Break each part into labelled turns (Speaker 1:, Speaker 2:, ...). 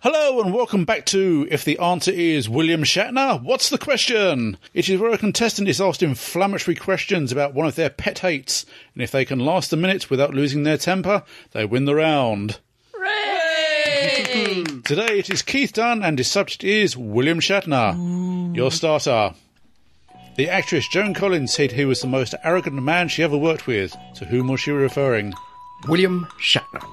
Speaker 1: Hello and welcome back to If the Answer Is William Shatner, What's the Question? It is where a contestant is asked inflammatory questions about one of their pet hates, and if they can last a minute without losing their temper, they win the round.
Speaker 2: Hooray!
Speaker 1: Today it is Keith Dunn and his subject is William Shatner. Your starter. The actress Joan Collins said he was the most arrogant man she ever worked with. To whom was she referring?
Speaker 3: William Shatner.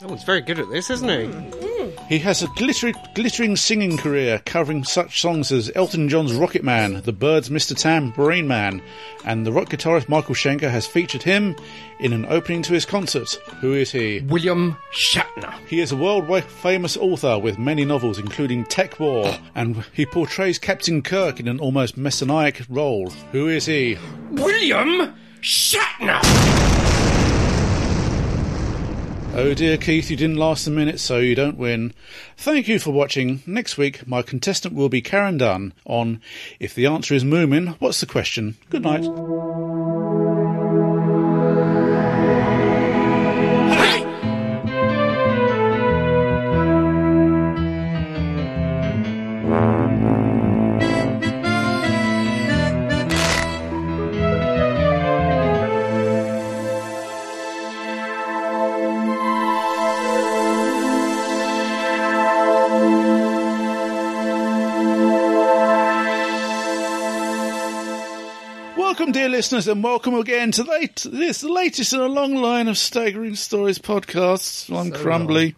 Speaker 2: That one's very good at this, isn't he?
Speaker 1: He has a glitter- glittering singing career covering such songs as Elton John's Rocket Man, The Birds' Mr. Tam, Brain Man, and the rock guitarist Michael Schenker has featured him in an opening to his concert. Who is he?
Speaker 3: William Shatner.
Speaker 1: He is a worldwide famous author with many novels, including Tech War, and he portrays Captain Kirk in an almost messianic role. Who is he?
Speaker 3: William Shatner.
Speaker 1: Oh dear, Keith, you didn't last a minute, so you don't win. Thank you for watching. Next week, my contestant will be Karen Dunn on If the Answer is Moomin, What's the Question? Good night.
Speaker 3: Hmm.
Speaker 1: Welcome, dear listeners, and welcome again to late, this the latest in a long line of staggering stories podcasts. I'm crumbly.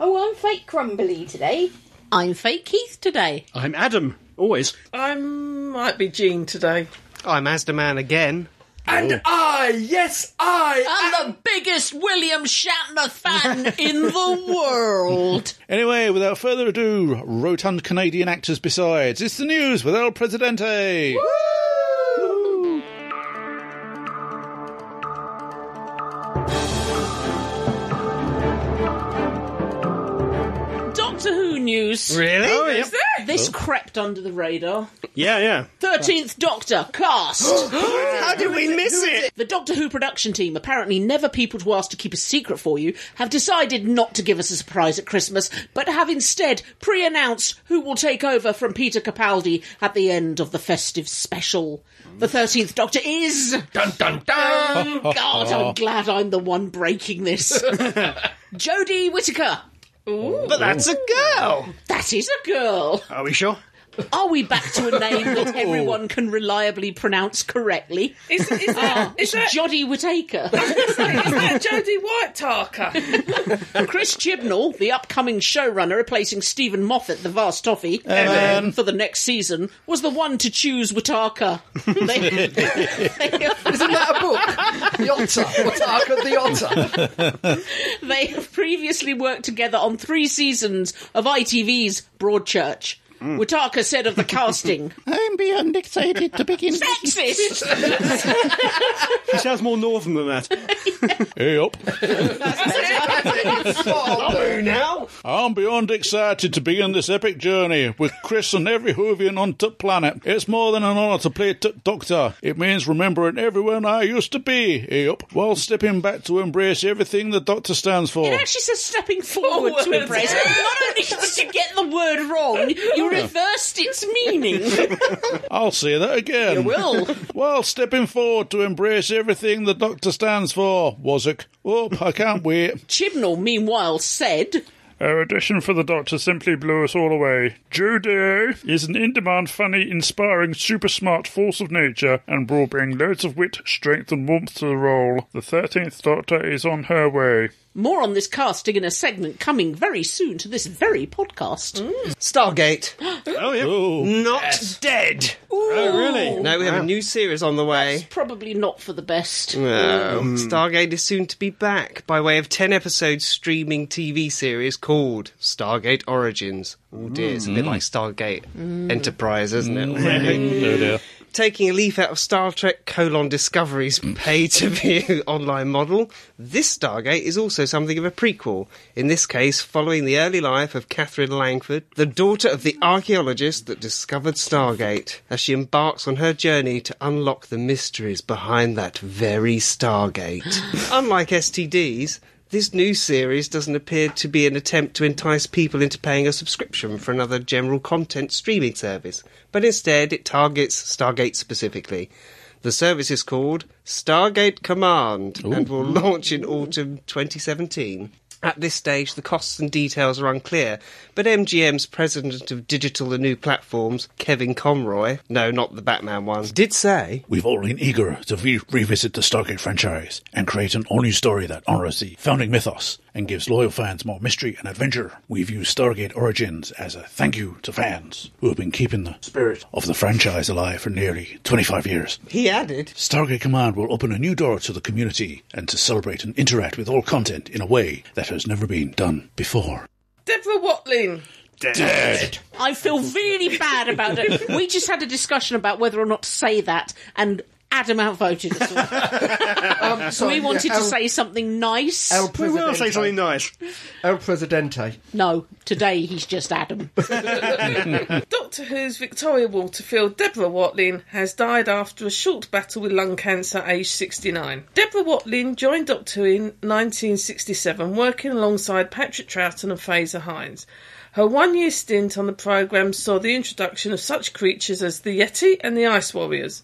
Speaker 4: Oh, I'm fake crumbly today.
Speaker 5: I'm fake Keith today.
Speaker 3: I'm Adam. Always.
Speaker 6: I might be Jean today.
Speaker 2: I'm Asda Man again. Oh.
Speaker 3: And I, yes, I.
Speaker 5: I'm the biggest William Shatner fan in the world.
Speaker 1: Anyway, without further ado, rotund Canadian actors besides, it's the news with El Presidente.
Speaker 5: Doctor Who news.
Speaker 2: Really? Oh, yeah.
Speaker 6: Is there?
Speaker 5: This crept under the radar.
Speaker 2: yeah, yeah.
Speaker 5: 13th Doctor cast.
Speaker 2: How did we miss it?
Speaker 5: the Doctor Who production team, apparently never people to ask to keep a secret for you, have decided not to give us a surprise at Christmas, but have instead pre announced who will take over from Peter Capaldi at the end of the festive special. The 13th Doctor is. Oh,
Speaker 3: Dun dun dun.
Speaker 5: God, I'm glad I'm the one breaking this. Jodie Whittaker.
Speaker 2: But that's a girl.
Speaker 5: Oh, That is a girl.
Speaker 2: Are we sure?
Speaker 5: Are we back to a name that
Speaker 3: Oh.
Speaker 5: everyone can reliably pronounce correctly? Ah,
Speaker 6: Is, is, that, is, that,
Speaker 5: Jodie Whittaker.
Speaker 6: is that, is that Jodie White Tarker?
Speaker 5: Chris Chibnall, the upcoming showrunner replacing Stephen Moffat, the vast toffee,
Speaker 1: Amen.
Speaker 5: for the next season, was the one to choose Whittaker. They- they-
Speaker 3: Isn't that a book? The Otter. What's Ark of the Otter?
Speaker 5: They have previously worked together on three seasons of ITV's Broadchurch. Whittaker said of the casting,
Speaker 1: I'm beyond excited to begin.
Speaker 5: Sexist!
Speaker 2: She sounds more northern than that.
Speaker 1: Yep.
Speaker 2: Who now?
Speaker 1: I'm beyond excited to begin this epic journey with Chris and every Hoovian on Tut Planet. It's more than an honour to play Tut Doctor. It means remembering everyone I used to be, yep, while stepping back to embrace everything the Doctor stands for.
Speaker 5: It actually says stepping forward, to
Speaker 6: Forward.
Speaker 5: embrace. Not only did you get the word wrong, you reversed its meaning.
Speaker 1: I'll say that again.
Speaker 5: You will.
Speaker 1: While stepping forward to embrace everything the Doctor stands for, Wozzeck. Oh, I can't wait.
Speaker 5: Chibnall, meanwhile, said,
Speaker 7: Our audition for the Doctor simply blew us all away. Judo is an in demand, funny, inspiring, super smart force of nature and will bring loads of wit, strength, and warmth to the role. The 13th Doctor is on her way.
Speaker 5: More on this casting in a segment coming very soon to this very podcast.
Speaker 2: Stargate.
Speaker 1: Oh, yeah.
Speaker 2: Not dead.
Speaker 5: Oh,
Speaker 2: really? No, we have a new series on the way.
Speaker 5: Probably not for the best.
Speaker 2: No.
Speaker 3: Hmm.
Speaker 2: Stargate is soon to be back by way of 10 episode streaming TV series called Stargate Origins. Oh dear, it's a
Speaker 3: Hmm.
Speaker 2: bit like Stargate Mm. Enterprise, isn't it?
Speaker 1: dear.
Speaker 2: taking a leaf out of Star Trek colon Discovery's pay-to-view online model, this Stargate is also something of a prequel. In this case, following the early life of Catherine Langford, the daughter of the archaeologist that discovered Stargate, as she embarks on her journey to unlock the mysteries behind that very Stargate. Unlike STDs, This new series doesn't appear to be an attempt to entice people into paying a subscription for another general content streaming service, but instead it targets Stargate specifically. The service is called Stargate Command and will launch in autumn 2017. At this stage, the costs and details are unclear, but MGM's president of digital and new platforms, Kevin Conroy, no, not the Batman one, did say
Speaker 8: We've all been eager to re- revisit the Stargate franchise and create an all new story that honors the founding mythos and gives loyal fans more mystery and adventure. We view Stargate Origins as a thank you to fans who have been keeping the spirit of the franchise alive for nearly 25 years.
Speaker 2: he added,
Speaker 8: Stargate Command will open a new door to the community and to celebrate and interact with all content in a way that has never been done before.
Speaker 6: Deborah Watling.
Speaker 8: Dead!
Speaker 5: I feel really bad about it. We just had a discussion about whether or not to say that, and Adam outvoted us. all.
Speaker 9: Um, so
Speaker 5: we wanted
Speaker 9: yeah,
Speaker 5: to
Speaker 9: El-
Speaker 5: say something nice.
Speaker 9: El
Speaker 3: We will say
Speaker 9: Presidente.
Speaker 3: something nice.
Speaker 9: El Presidente.
Speaker 5: No, today he's just Adam.
Speaker 6: Doctor Who's Victoria Waterfield, Deborah Watling, has died after a short battle with lung cancer aged 69. Deborah Watling joined Doctor Who in 1967, working alongside Patrick Troughton and Fraser Hines. Her one year stint on the programme saw the introduction of such creatures as the Yeti and the Ice Warriors.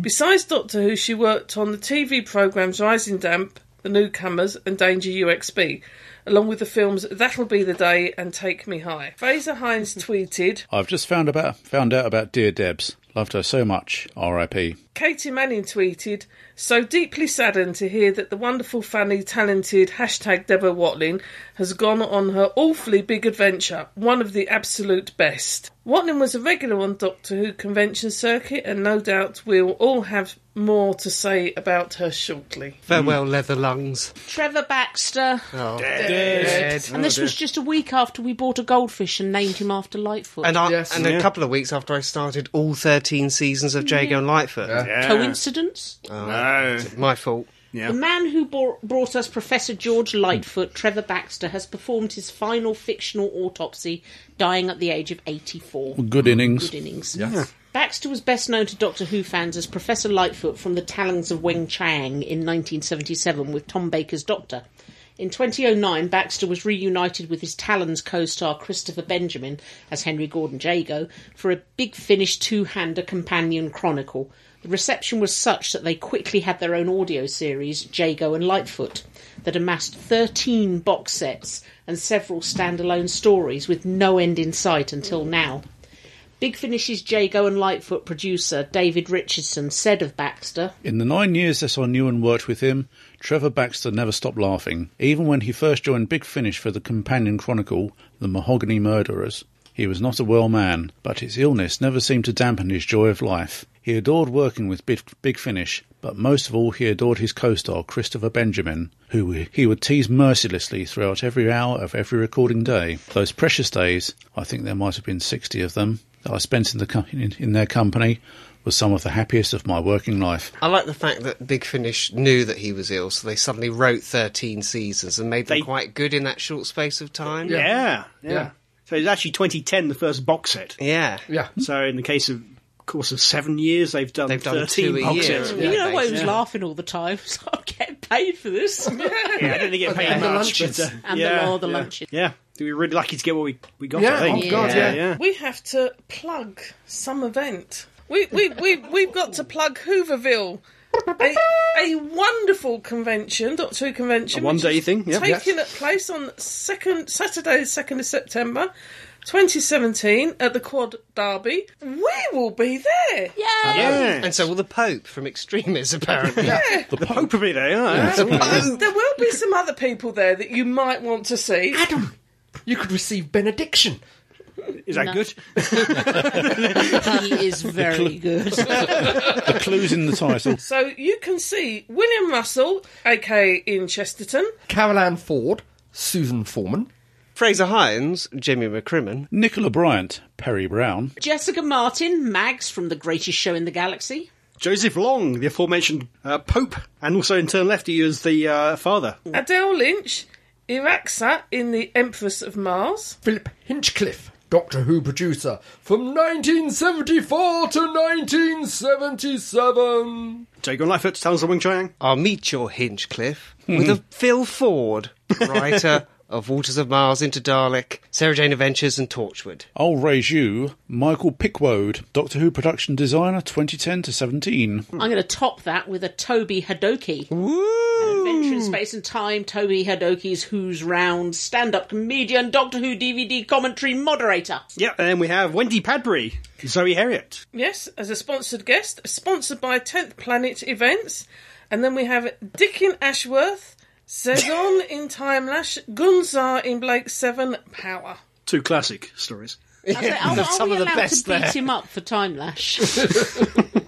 Speaker 6: Besides Doctor Who, she worked on the TV programmes Rising Damp, The Newcomers, and Danger UXB, along with the films That'll Be the Day and Take Me High. Fraser Hines tweeted,
Speaker 1: I've just found about found out about dear Debs. Loved her so much. R.I.P.
Speaker 6: Katie Manning tweeted, So deeply saddened to hear that the wonderful, funny, talented hashtag Deborah Watling has gone on her awfully big adventure, one of the absolute best. Watling was a regular on Doctor Who convention circuit, and no doubt we'll all have more to say about her shortly.
Speaker 9: Mm.
Speaker 2: Farewell, leather lungs.
Speaker 5: Trevor Baxter.
Speaker 9: Oh.
Speaker 5: And this was just a week after we bought a goldfish and named him after Lightfoot.
Speaker 2: And, I,
Speaker 9: Yes.
Speaker 2: and a couple of weeks after I started all 13 seasons of Jago and Lightfoot. Oh,
Speaker 3: Yeah.
Speaker 5: Coincidence?
Speaker 3: No.
Speaker 2: My fault.
Speaker 3: Yeah.
Speaker 5: The man who bor- brought us Professor George Lightfoot, Trevor Baxter, has performed his final fictional autopsy, dying at the age of 84.
Speaker 1: Good innings.
Speaker 5: Good innings. Baxter was best known to Doctor Who fans as Professor Lightfoot from the Talons of Weng Chang in 1977 with Tom Baker's Doctor. In 2009, Baxter was reunited with his Talons co star Christopher Benjamin as Henry Gordon Jago for a big finish two hander companion chronicle. The reception was such that they quickly had their own audio series, Jago and Lightfoot, that amassed 13 box sets and several standalone stories with no end in sight until now. Big Finish's Jago and Lightfoot producer David Richardson said of Baxter,
Speaker 1: In the nine years that I knew and worked with him, Trevor Baxter never stopped laughing. Even when he first joined Big Finish for the companion chronicle, The Mahogany Murderers, he was not a well man, but his illness never seemed to dampen his joy of life. He adored working with Big, Big Finish, but most of all he adored his co-star Christopher Benjamin, who he would tease mercilessly throughout every hour of every recording day. Those precious days, I think there might have been 60 of them, that I spent in, the co- in, in their company, was some of the happiest of my working life.
Speaker 2: I like the fact that Big Finish knew that he was ill, so they suddenly wrote 13 seasons and made them
Speaker 3: They-
Speaker 2: quite good in that short space of time.
Speaker 3: Yeah. Yeah.
Speaker 9: Yeah.
Speaker 3: So it's actually 2010, the first box set.
Speaker 2: Yeah.
Speaker 9: Yeah.
Speaker 3: So in the case of course of seven years, they've done
Speaker 2: They've done
Speaker 3: 13
Speaker 2: two a
Speaker 3: box
Speaker 2: year.
Speaker 3: sets.
Speaker 2: Yeah,
Speaker 5: You know why he was
Speaker 3: yeah.
Speaker 5: laughing all the time? So I'm getting paid for this.
Speaker 3: Yeah, I didn't get paid
Speaker 9: And the
Speaker 3: much.
Speaker 9: lunches.
Speaker 3: but, uh,
Speaker 5: And the-
Speaker 3: yeah,
Speaker 5: all the
Speaker 3: yeah.
Speaker 5: lunches.
Speaker 3: Yeah. We were really lucky to get what we, we got.
Speaker 9: Yeah,
Speaker 3: I think.
Speaker 9: oh God, yeah.
Speaker 3: yeah.
Speaker 6: We have to plug some event. We, we, we, we've got to plug Hooverville. A, a wonderful convention, Doctor Who convention.
Speaker 3: A one-day
Speaker 6: which is
Speaker 3: thing, yeah.
Speaker 6: Taking place on second Saturday, the 2nd of September 2017 at the Quad Derby. We will be there.
Speaker 3: Yeah.
Speaker 2: And so will the Pope from Extremis, apparently.
Speaker 3: the Pope will be there. Yeah.
Speaker 6: There will be some other people there that you might want to see.
Speaker 9: Adam, you could receive benediction.
Speaker 3: Is that good?
Speaker 5: he is very good.
Speaker 1: The clues in the title.
Speaker 6: So you can see William Russell, aka in Chesterton,
Speaker 9: Carol Ann Ford, Susan Foreman,
Speaker 2: Fraser Hines, Jimmy McCrimmon,
Speaker 1: Nicola Bryant, Perry Brown,
Speaker 5: Jessica Martin, Mags from The Greatest Show in the Galaxy.
Speaker 3: Joseph Long, the aforementioned uh, Pope, and also in turn left, he was the uh, father.
Speaker 6: Adele Lynch, Iraxa in The Empress of Mars,
Speaker 9: Philip Hinchcliffe, Doctor Who producer from 1974 to 1977.
Speaker 3: Jago Lightfoot, Talons of Wing Chiang.
Speaker 2: I'll meet your Hinchcliffe with a Phil Ford, writer of Waters of Mars, Into Dalek, Sarah Jane Adventures, and Torchwood.
Speaker 1: I'll raise you, Michael Pickwode, Doctor Who production designer 2010 to 17.
Speaker 3: Hmm.
Speaker 5: I'm going to top that with a Toby Hadoki.
Speaker 2: Woo!
Speaker 5: Adventure in Space and Time, Toby Hadoki's Who's Round, stand up comedian, Doctor Who DVD commentary moderator.
Speaker 3: Yeah, and we have Wendy Padbury, Zoe Herriot.
Speaker 6: Yes, as a sponsored guest, sponsored by 10th Planet Events. And then we have Dickin Ashworth, Zedon in Time Lash, Gunzar in Blake 7, Power.
Speaker 3: Two classic stories.
Speaker 5: I say, are, are
Speaker 2: Some
Speaker 5: we
Speaker 2: of the
Speaker 5: allowed
Speaker 2: best
Speaker 5: to beat
Speaker 2: there.
Speaker 5: him up for Time Lash?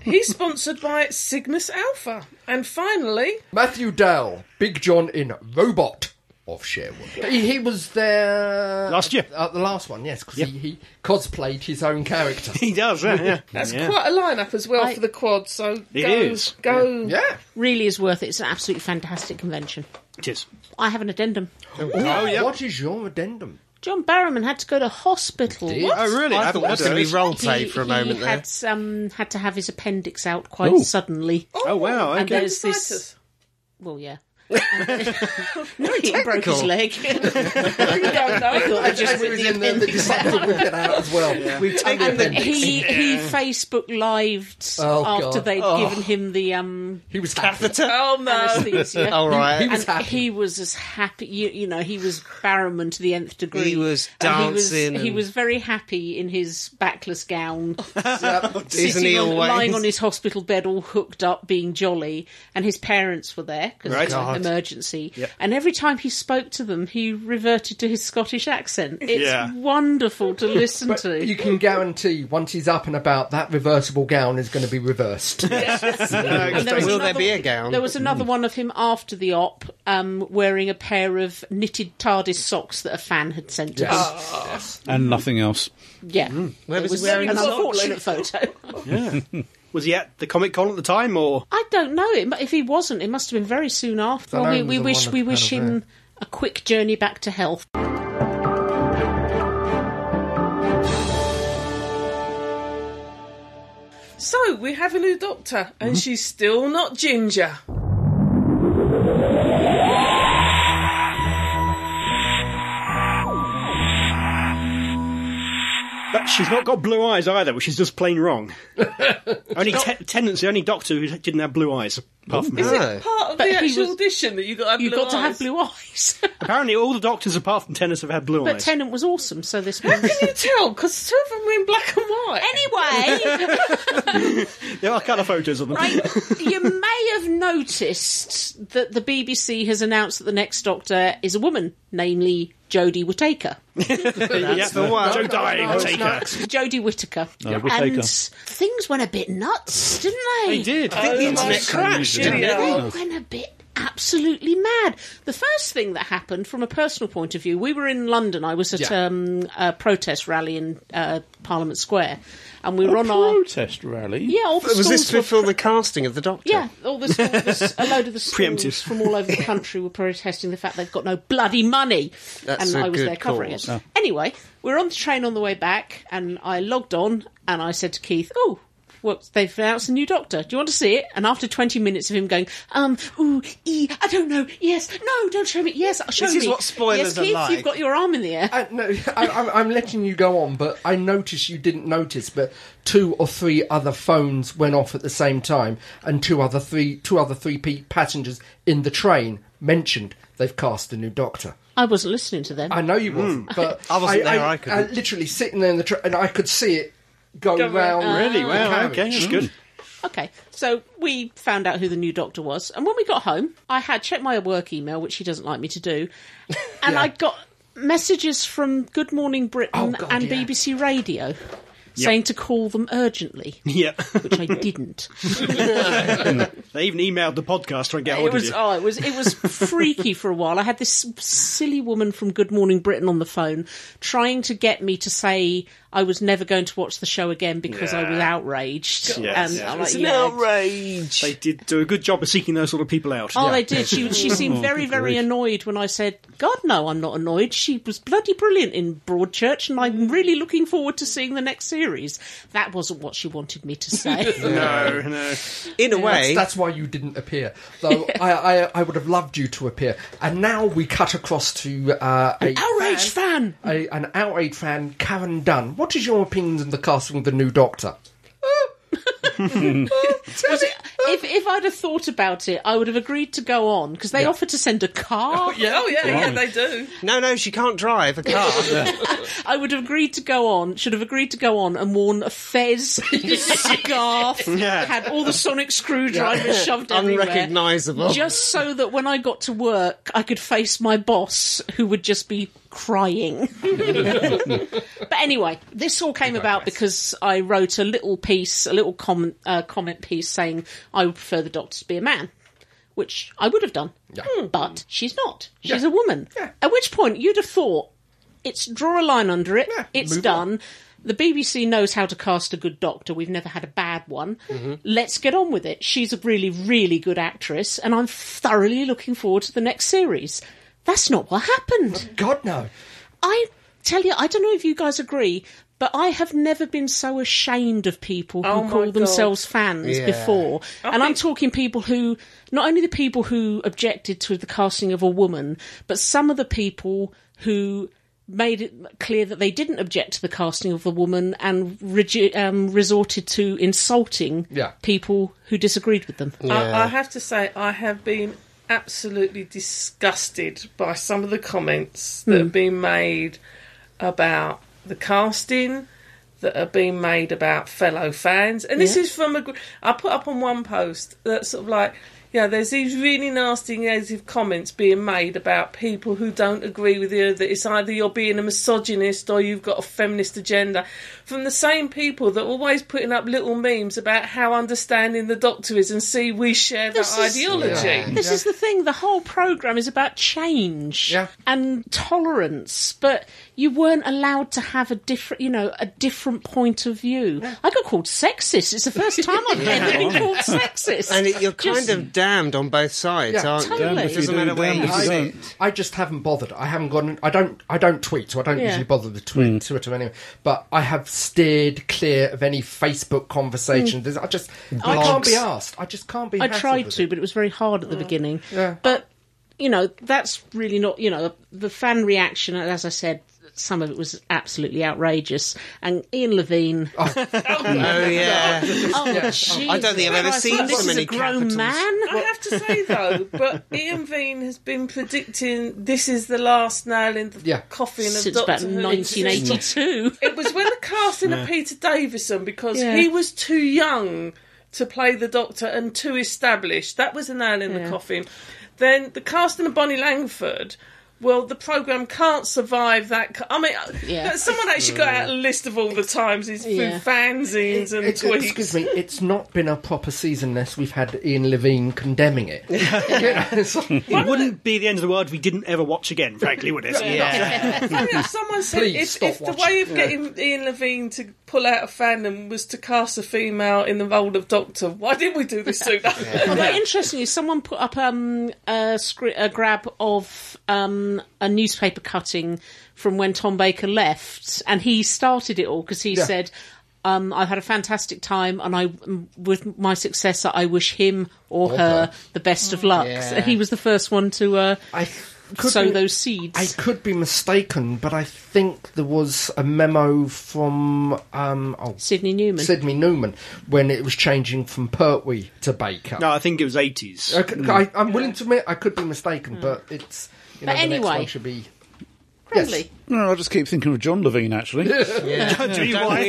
Speaker 6: He's sponsored by Cygnus Alpha. And finally,
Speaker 9: Matthew Dowell, Big John in Robot of Sherwood. He, he was there
Speaker 3: Last year.
Speaker 9: at the last one, yes, because he, he cosplayed his own character.
Speaker 3: He does, yeah. yeah.
Speaker 6: that's
Speaker 3: yeah.
Speaker 6: quite a lineup as well
Speaker 5: I-
Speaker 6: for the quad. So
Speaker 3: It
Speaker 6: go,
Speaker 3: is,
Speaker 6: go.
Speaker 9: yeah,
Speaker 5: really is worth it. It's an absolutely fantastic convention.
Speaker 3: It is.
Speaker 5: I have an addendum.
Speaker 9: Oh, What is your addendum?
Speaker 5: John Barrowman had to go to hospital.
Speaker 9: Did?
Speaker 3: Oh, really?
Speaker 2: I thought it was going to be role play
Speaker 5: He,
Speaker 2: for a
Speaker 5: he
Speaker 2: moment there.
Speaker 5: had um, had to have his appendix out quite suddenly.
Speaker 3: Oh, wow.
Speaker 5: and
Speaker 3: Okay.
Speaker 5: there's this.
Speaker 6: Appendicitis.
Speaker 5: Well, yeah. no, he broke his leg.
Speaker 9: I just was in there, they decided to whip it out as well. We've taken
Speaker 5: And
Speaker 9: the
Speaker 5: he he Facebook lived
Speaker 9: Oh,
Speaker 5: after
Speaker 9: God.
Speaker 5: they'd given him the um
Speaker 9: He was happy.
Speaker 6: Oh, no.
Speaker 5: anesthesia.
Speaker 2: All right.
Speaker 9: He was
Speaker 5: and
Speaker 9: happy.
Speaker 5: he was as happy. You, you know, he was Barrowman to the nth degree.
Speaker 2: He was
Speaker 5: And he was- He
Speaker 2: dancing
Speaker 5: was,
Speaker 2: and-
Speaker 5: very happy in his backless gown,
Speaker 2: Isn't
Speaker 5: sitting
Speaker 2: he
Speaker 5: on,
Speaker 2: always?
Speaker 5: lying on his hospital bed, all hooked up, being jolly. And his parents were there because it was
Speaker 3: Right.
Speaker 5: an emergency. And every time he spoke to them, he reverted to his Scottish accent. It's
Speaker 3: Yeah.
Speaker 5: wonderful to listen
Speaker 9: But
Speaker 5: to.
Speaker 9: you can guarantee once he's up and about, that reversible gown is going to be reversed.
Speaker 5: And there was
Speaker 2: Will there
Speaker 5: another-
Speaker 2: be a gown?
Speaker 5: There was another one of him after the op, um, wearing a pair of knitted TARDIS socks that a fan had sent to him.
Speaker 1: And nothing else.
Speaker 6: Ah.
Speaker 5: Yeah.
Speaker 2: Hmm. Where
Speaker 5: It
Speaker 2: was
Speaker 5: was
Speaker 2: he wearing
Speaker 5: an
Speaker 2: socks?
Speaker 5: unfortunate photo.
Speaker 3: Was he at the Comic Con at the time, or
Speaker 5: I don't know. It, mu- if he wasn't, it must have been very soon after.
Speaker 9: I
Speaker 5: Well,
Speaker 9: know
Speaker 5: we,
Speaker 9: it was
Speaker 5: we
Speaker 9: the
Speaker 5: wish
Speaker 9: one
Speaker 5: we
Speaker 9: at the
Speaker 5: wish
Speaker 9: panel
Speaker 5: him
Speaker 9: there.
Speaker 5: a quick journey back to health.
Speaker 6: So we have a new doctor, and
Speaker 2: Mm-hmm.
Speaker 6: she's still not Ginger.
Speaker 3: But she's not got blue eyes either, which is just plain wrong. only te- Tennant's the only Doctor who didn't have blue eyes. Apart from
Speaker 6: Is
Speaker 3: her.
Speaker 2: No.
Speaker 6: it part of
Speaker 5: But
Speaker 6: the
Speaker 5: he
Speaker 6: actual
Speaker 5: was-
Speaker 6: audition that you got to have
Speaker 5: You
Speaker 6: blue
Speaker 5: got to have
Speaker 6: eyes?
Speaker 5: blue eyes.
Speaker 3: Apparently, all the Doctors apart from Tennant have had blue
Speaker 5: but
Speaker 3: eyes.
Speaker 5: Tennant was awesome, so this means.
Speaker 6: Can you tell? Because two of them were in black and white.
Speaker 5: Anyway,
Speaker 3: there are colour photos of them.
Speaker 5: right, you may have noticed that the BBC has announced that the next Doctor is a woman, namely Jodie Whittaker.
Speaker 3: That's the one. Joe dying. take her.
Speaker 5: Jodie Whittaker.
Speaker 1: Whittaker.
Speaker 5: And things went a bit nuts, didn't they?
Speaker 3: They did. I think the internet crashed. didn't
Speaker 5: They
Speaker 3: it?
Speaker 5: all went a bit absolutely mad. The first thing that happened, from a personal point of view, we were in London. I was at
Speaker 9: Yeah.
Speaker 5: um, a protest rally in uh, Parliament Square, and we were on our
Speaker 1: Protest rally.
Speaker 5: yeah. All the
Speaker 2: Was this
Speaker 5: schools were
Speaker 2: before the casting of the Doctor?
Speaker 5: yeah, all the schools, a load of the
Speaker 3: Preemptive.
Speaker 5: schools from all over the country were protesting the fact they've got no bloody money,
Speaker 2: That's
Speaker 5: and
Speaker 2: a
Speaker 5: I was
Speaker 2: good
Speaker 5: there covering
Speaker 2: cause.
Speaker 5: it. Anyway, we were on the train on the way back, and I logged on, and I said to Keith, "Oh." Well, they've announced a new doctor. Do you want to see it? And after 20 minutes of him going, um, ooh, ee, I don't know, yes, no, don't show me, yes, show
Speaker 2: This
Speaker 5: me.
Speaker 2: is what spoilers
Speaker 5: yes,
Speaker 2: are
Speaker 5: Keith,
Speaker 2: like.
Speaker 5: you've got your arm in the air.
Speaker 9: Uh, no, I, I'm, I'm letting you go on, but I noticed you didn't notice, but two or three other phones went off at the same time, and two other three two other three pe- passengers in the train mentioned they've cast a new doctor.
Speaker 5: I wasn't listening to them.
Speaker 9: I know you wasn't, but
Speaker 2: Hmm. I wasn't there, I
Speaker 9: I
Speaker 2: couldn't.
Speaker 9: literally sitting there in the train, and I could see it go,
Speaker 6: Go
Speaker 9: round.
Speaker 5: round.
Speaker 3: Really?
Speaker 9: the carriage. Hmm.
Speaker 3: Wow. Okay, that's good.
Speaker 5: Okay, so we found out who the new doctor was, and when we got home, I had checked my work email, which he doesn't like me to do, and I got messages from Good Morning Britain
Speaker 9: Oh, God,
Speaker 5: and
Speaker 9: yeah.
Speaker 5: BBC Radio saying to call them urgently,
Speaker 3: Yeah.
Speaker 5: which I didn't.
Speaker 3: they even emailed the podcast trying to get hold
Speaker 5: It
Speaker 3: of
Speaker 5: was
Speaker 3: you.
Speaker 5: oh, it was it was freaky for a while. I had this silly woman from Good Morning Britain on the phone trying to get me to say I was never going to watch the show again because I was outraged.
Speaker 3: Yes.
Speaker 5: And
Speaker 3: Yeah.
Speaker 5: I'm
Speaker 3: It's
Speaker 5: Um, like,
Speaker 3: an
Speaker 5: yeah.
Speaker 3: outrage. They did do a good job of seeking those sort of people out.
Speaker 5: Oh,
Speaker 3: Yeah. Oh,
Speaker 5: they did. She she
Speaker 6: Oh,
Speaker 5: seemed very very annoyed when I said, "God no, I'm not annoyed." She was bloody brilliant in Broadchurch, and I'm really looking forward to seeing the next series. That wasn't what she wanted me to say.
Speaker 3: No, no.
Speaker 2: In a way,
Speaker 9: That's why you didn't appear, though. I, I, I would have loved you to appear. And now we cut across to uh, a
Speaker 5: Outrage fan.
Speaker 9: a, an outrage fan, Karen Dunn. What is your opinion on the casting of the new Doctor?
Speaker 5: Was it- uh, if if I'd have thought about it, I would have agreed to go on because they offered to send a car.
Speaker 6: Oh yeah, yeah, they do.
Speaker 2: no, no, she can't drive a car.
Speaker 5: I would have agreed to go on, should have agreed to go on and worn a fez, a scarf,
Speaker 3: Yeah.
Speaker 5: had all the sonic screwdrivers shoved everywhere.
Speaker 2: Unrecognisable.
Speaker 5: Just so that when I got to work, I could face my boss, who would just be crying. but anyway, this all came about because I wrote a little piece, a little comment, uh, comment piece saying I would prefer the Doctor to be a man. Which I would have done, Hmm. but she's not. She's a woman. At which point you'd have thought, it's draw a line under it. it's done. The BBC knows how to cast a good doctor. We've never had a bad one. Let's get on with it. She's a really, really good actress, and I'm thoroughly looking forward to the next series. That's not what happened.
Speaker 9: God no.
Speaker 5: I tell you, I don't know if you guys agree, but I have never been so ashamed of people who
Speaker 6: Oh my
Speaker 5: call
Speaker 6: God.
Speaker 5: themselves fans
Speaker 2: Yeah.
Speaker 5: before. and I'm talking people who, not only the people who objected to the casting of a woman, but some of the people who made it clear that they didn't object to the casting of a woman and regi- um, resorted to insulting
Speaker 9: Yeah.
Speaker 5: people who disagreed with them.
Speaker 6: I, I have to say, I have been absolutely disgusted by some of the comments that have been made about the casting, that have been made about fellow fans. And this is from a gr- I put up on one post that sort of like, you know, there's these really nasty negative comments being made about people who don't agree with you, that it's either you're being a misogynist or you've got a feminist agenda. From the same people that are always putting up little memes about how understanding the doctor is and see we share that
Speaker 5: This is-
Speaker 6: ideology.
Speaker 5: This is the thing. The whole program is about change
Speaker 9: Yeah.
Speaker 5: and tolerance, but you weren't allowed to have a different, you know, a different point of view. I got called sexist. It's the first time I've ever been called sexist.
Speaker 2: and it, you're kind
Speaker 5: Just-
Speaker 2: of damned on both sides,
Speaker 9: Yeah,
Speaker 2: aren't you?
Speaker 5: Damned if
Speaker 2: It
Speaker 5: you
Speaker 2: doesn't
Speaker 1: do,
Speaker 2: matter where
Speaker 1: damned
Speaker 2: you
Speaker 1: if you
Speaker 2: sit.
Speaker 1: don't.
Speaker 9: I just haven't bothered. I haven't gone. I don't. I don't tweet, so I don't
Speaker 5: Yeah.
Speaker 9: usually bother to tweet
Speaker 1: Mm.
Speaker 9: Twitter anyway. But I have steered clear of any Facebook conversation. There's I just. I can't be asked. I just can't be.
Speaker 5: Mm. I
Speaker 9: hassled
Speaker 5: tried
Speaker 9: with
Speaker 5: to,
Speaker 9: it. Mm.
Speaker 5: but it was very hard at the beginning.
Speaker 9: Yeah.
Speaker 5: But you know, that's really not you know the fan reaction. As I said, some of it was absolutely outrageous. And Ian Levine, oh,
Speaker 2: Oh yeah.
Speaker 5: Jesus.
Speaker 2: I don't think I've ever
Speaker 5: Christ,
Speaker 2: seen
Speaker 5: this
Speaker 2: so
Speaker 5: is
Speaker 2: many
Speaker 5: a grown
Speaker 2: capitals.
Speaker 5: man.
Speaker 6: I have to say though, but Ian Veen has been predicting this is the last nail in the
Speaker 9: Yeah.
Speaker 6: coffin of
Speaker 5: since
Speaker 6: Doctor
Speaker 5: about
Speaker 6: Who.
Speaker 5: 1982.
Speaker 6: It was when the casting of Peter Davison because
Speaker 5: Yeah.
Speaker 6: he was too young to play the Doctor and too established. That was a nail in the
Speaker 5: Yeah.
Speaker 6: coffin. Then the casting of Bonnie Langford. Well, the program can't survive that. ca- I mean, uh,
Speaker 5: Yeah.
Speaker 6: someone actually got out a list of all the times he's
Speaker 5: Yeah.
Speaker 6: through fanzines and
Speaker 9: It's-
Speaker 6: tweets.
Speaker 9: excuse me, it's not been a proper season unless we've had Ian Levine condemning it. You know, it's like-
Speaker 3: It wouldn't be the end of the world if we didn't ever watch again, frankly, would it?
Speaker 2: Yeah.
Speaker 6: Funny enough, someone said
Speaker 9: Please
Speaker 6: if,
Speaker 9: stop
Speaker 6: if the
Speaker 9: watching.
Speaker 6: way of getting Ian Levine to pull out of fandom was to cast a female in the role of Doctor, why didn't we do this sooner?
Speaker 5: Although interestingly, someone put up um, a, scre- a grab of um, a newspaper cutting from when Tom Baker left, and he started it all because he
Speaker 9: Yeah.
Speaker 5: said, um, "I've had a fantastic time, and I, m- with my successor, I wish him or, her,
Speaker 9: her.
Speaker 5: the best of luck."
Speaker 2: Yeah.
Speaker 5: So he was the first one to uh,
Speaker 9: I could
Speaker 5: sow
Speaker 9: be-
Speaker 5: those seeds.
Speaker 9: I could be mistaken, but I think there was a memo from um, oh,
Speaker 5: Sidney Newman.
Speaker 9: Sidney Newman when it was changing from Pertwee to Baker.
Speaker 3: No, I think it was 80s.
Speaker 9: I, could- I, am willing to admit I could be mistaken, but it's you know
Speaker 5: Hmm. But
Speaker 9: the next
Speaker 5: anyway.
Speaker 9: one should be
Speaker 5: Friendly.
Speaker 1: No, I just keep thinking of John Levine, actually.
Speaker 3: Do you want-
Speaker 2: I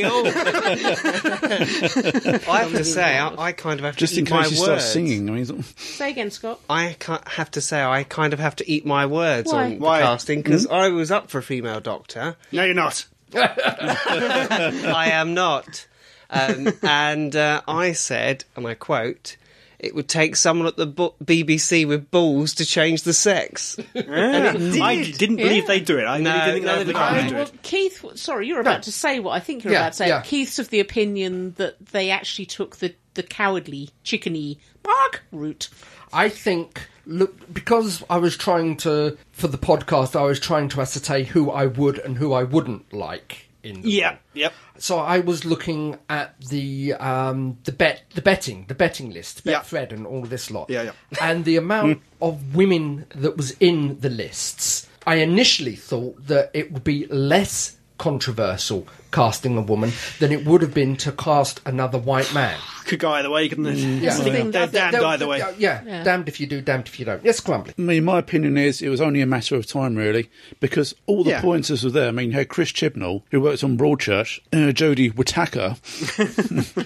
Speaker 2: have to say, I, I kind of have
Speaker 1: just
Speaker 2: to
Speaker 1: in
Speaker 2: eat my
Speaker 1: case he starts
Speaker 2: words.
Speaker 1: singing. I mean,
Speaker 5: Say again, Scott.
Speaker 2: I ca- have to say, I kind of have to eat my words
Speaker 5: Why?
Speaker 2: on the
Speaker 3: Why? Hmm?
Speaker 2: casting because I was up for a female doctor.
Speaker 3: No, you're not.
Speaker 2: I am not. Um, and uh, I said, and I quote, it would take someone at the bu- BBC with balls to change the sex.
Speaker 3: Yeah. I didn't believe they'd do it. I
Speaker 2: No,
Speaker 3: really didn't
Speaker 2: Uh, no,
Speaker 3: think
Speaker 2: they
Speaker 3: they'd have the
Speaker 2: can't.
Speaker 3: do it.
Speaker 10: Keith, sorry, you're about to say what I think you're
Speaker 9: Yeah,
Speaker 10: about to say.
Speaker 9: yeah.
Speaker 10: Keith's of the opinion that they actually took the, the cowardly, chickeny bark route.
Speaker 9: I think look because I was trying to for the podcast I was trying to ascertain who I would and who I wouldn't like in the
Speaker 3: Yeah, yep.
Speaker 9: So I was looking at the um, the bet the betting the betting list
Speaker 3: Yeah.
Speaker 9: Betfred and all this lot.
Speaker 3: Yeah, Hmm. yeah.
Speaker 9: And the amount of women that was in the lists. I initially thought that it would be less controversial casting a woman than it would have been to cast another white man. Mm.
Speaker 3: Could go either way, couldn't it?
Speaker 9: Yeah.
Speaker 10: the thing
Speaker 3: They're
Speaker 10: that- that-
Speaker 3: damned either way.
Speaker 9: Yeah, damned if you do, damned if you don't. Yes, Crumbly.
Speaker 1: I mean, my opinion is it was only a matter of time, really, because all the
Speaker 3: Yeah.
Speaker 1: pointers were there. I mean, you had Chris Chibnall, who worked on Broadchurch, uh, Jodie Whittaker.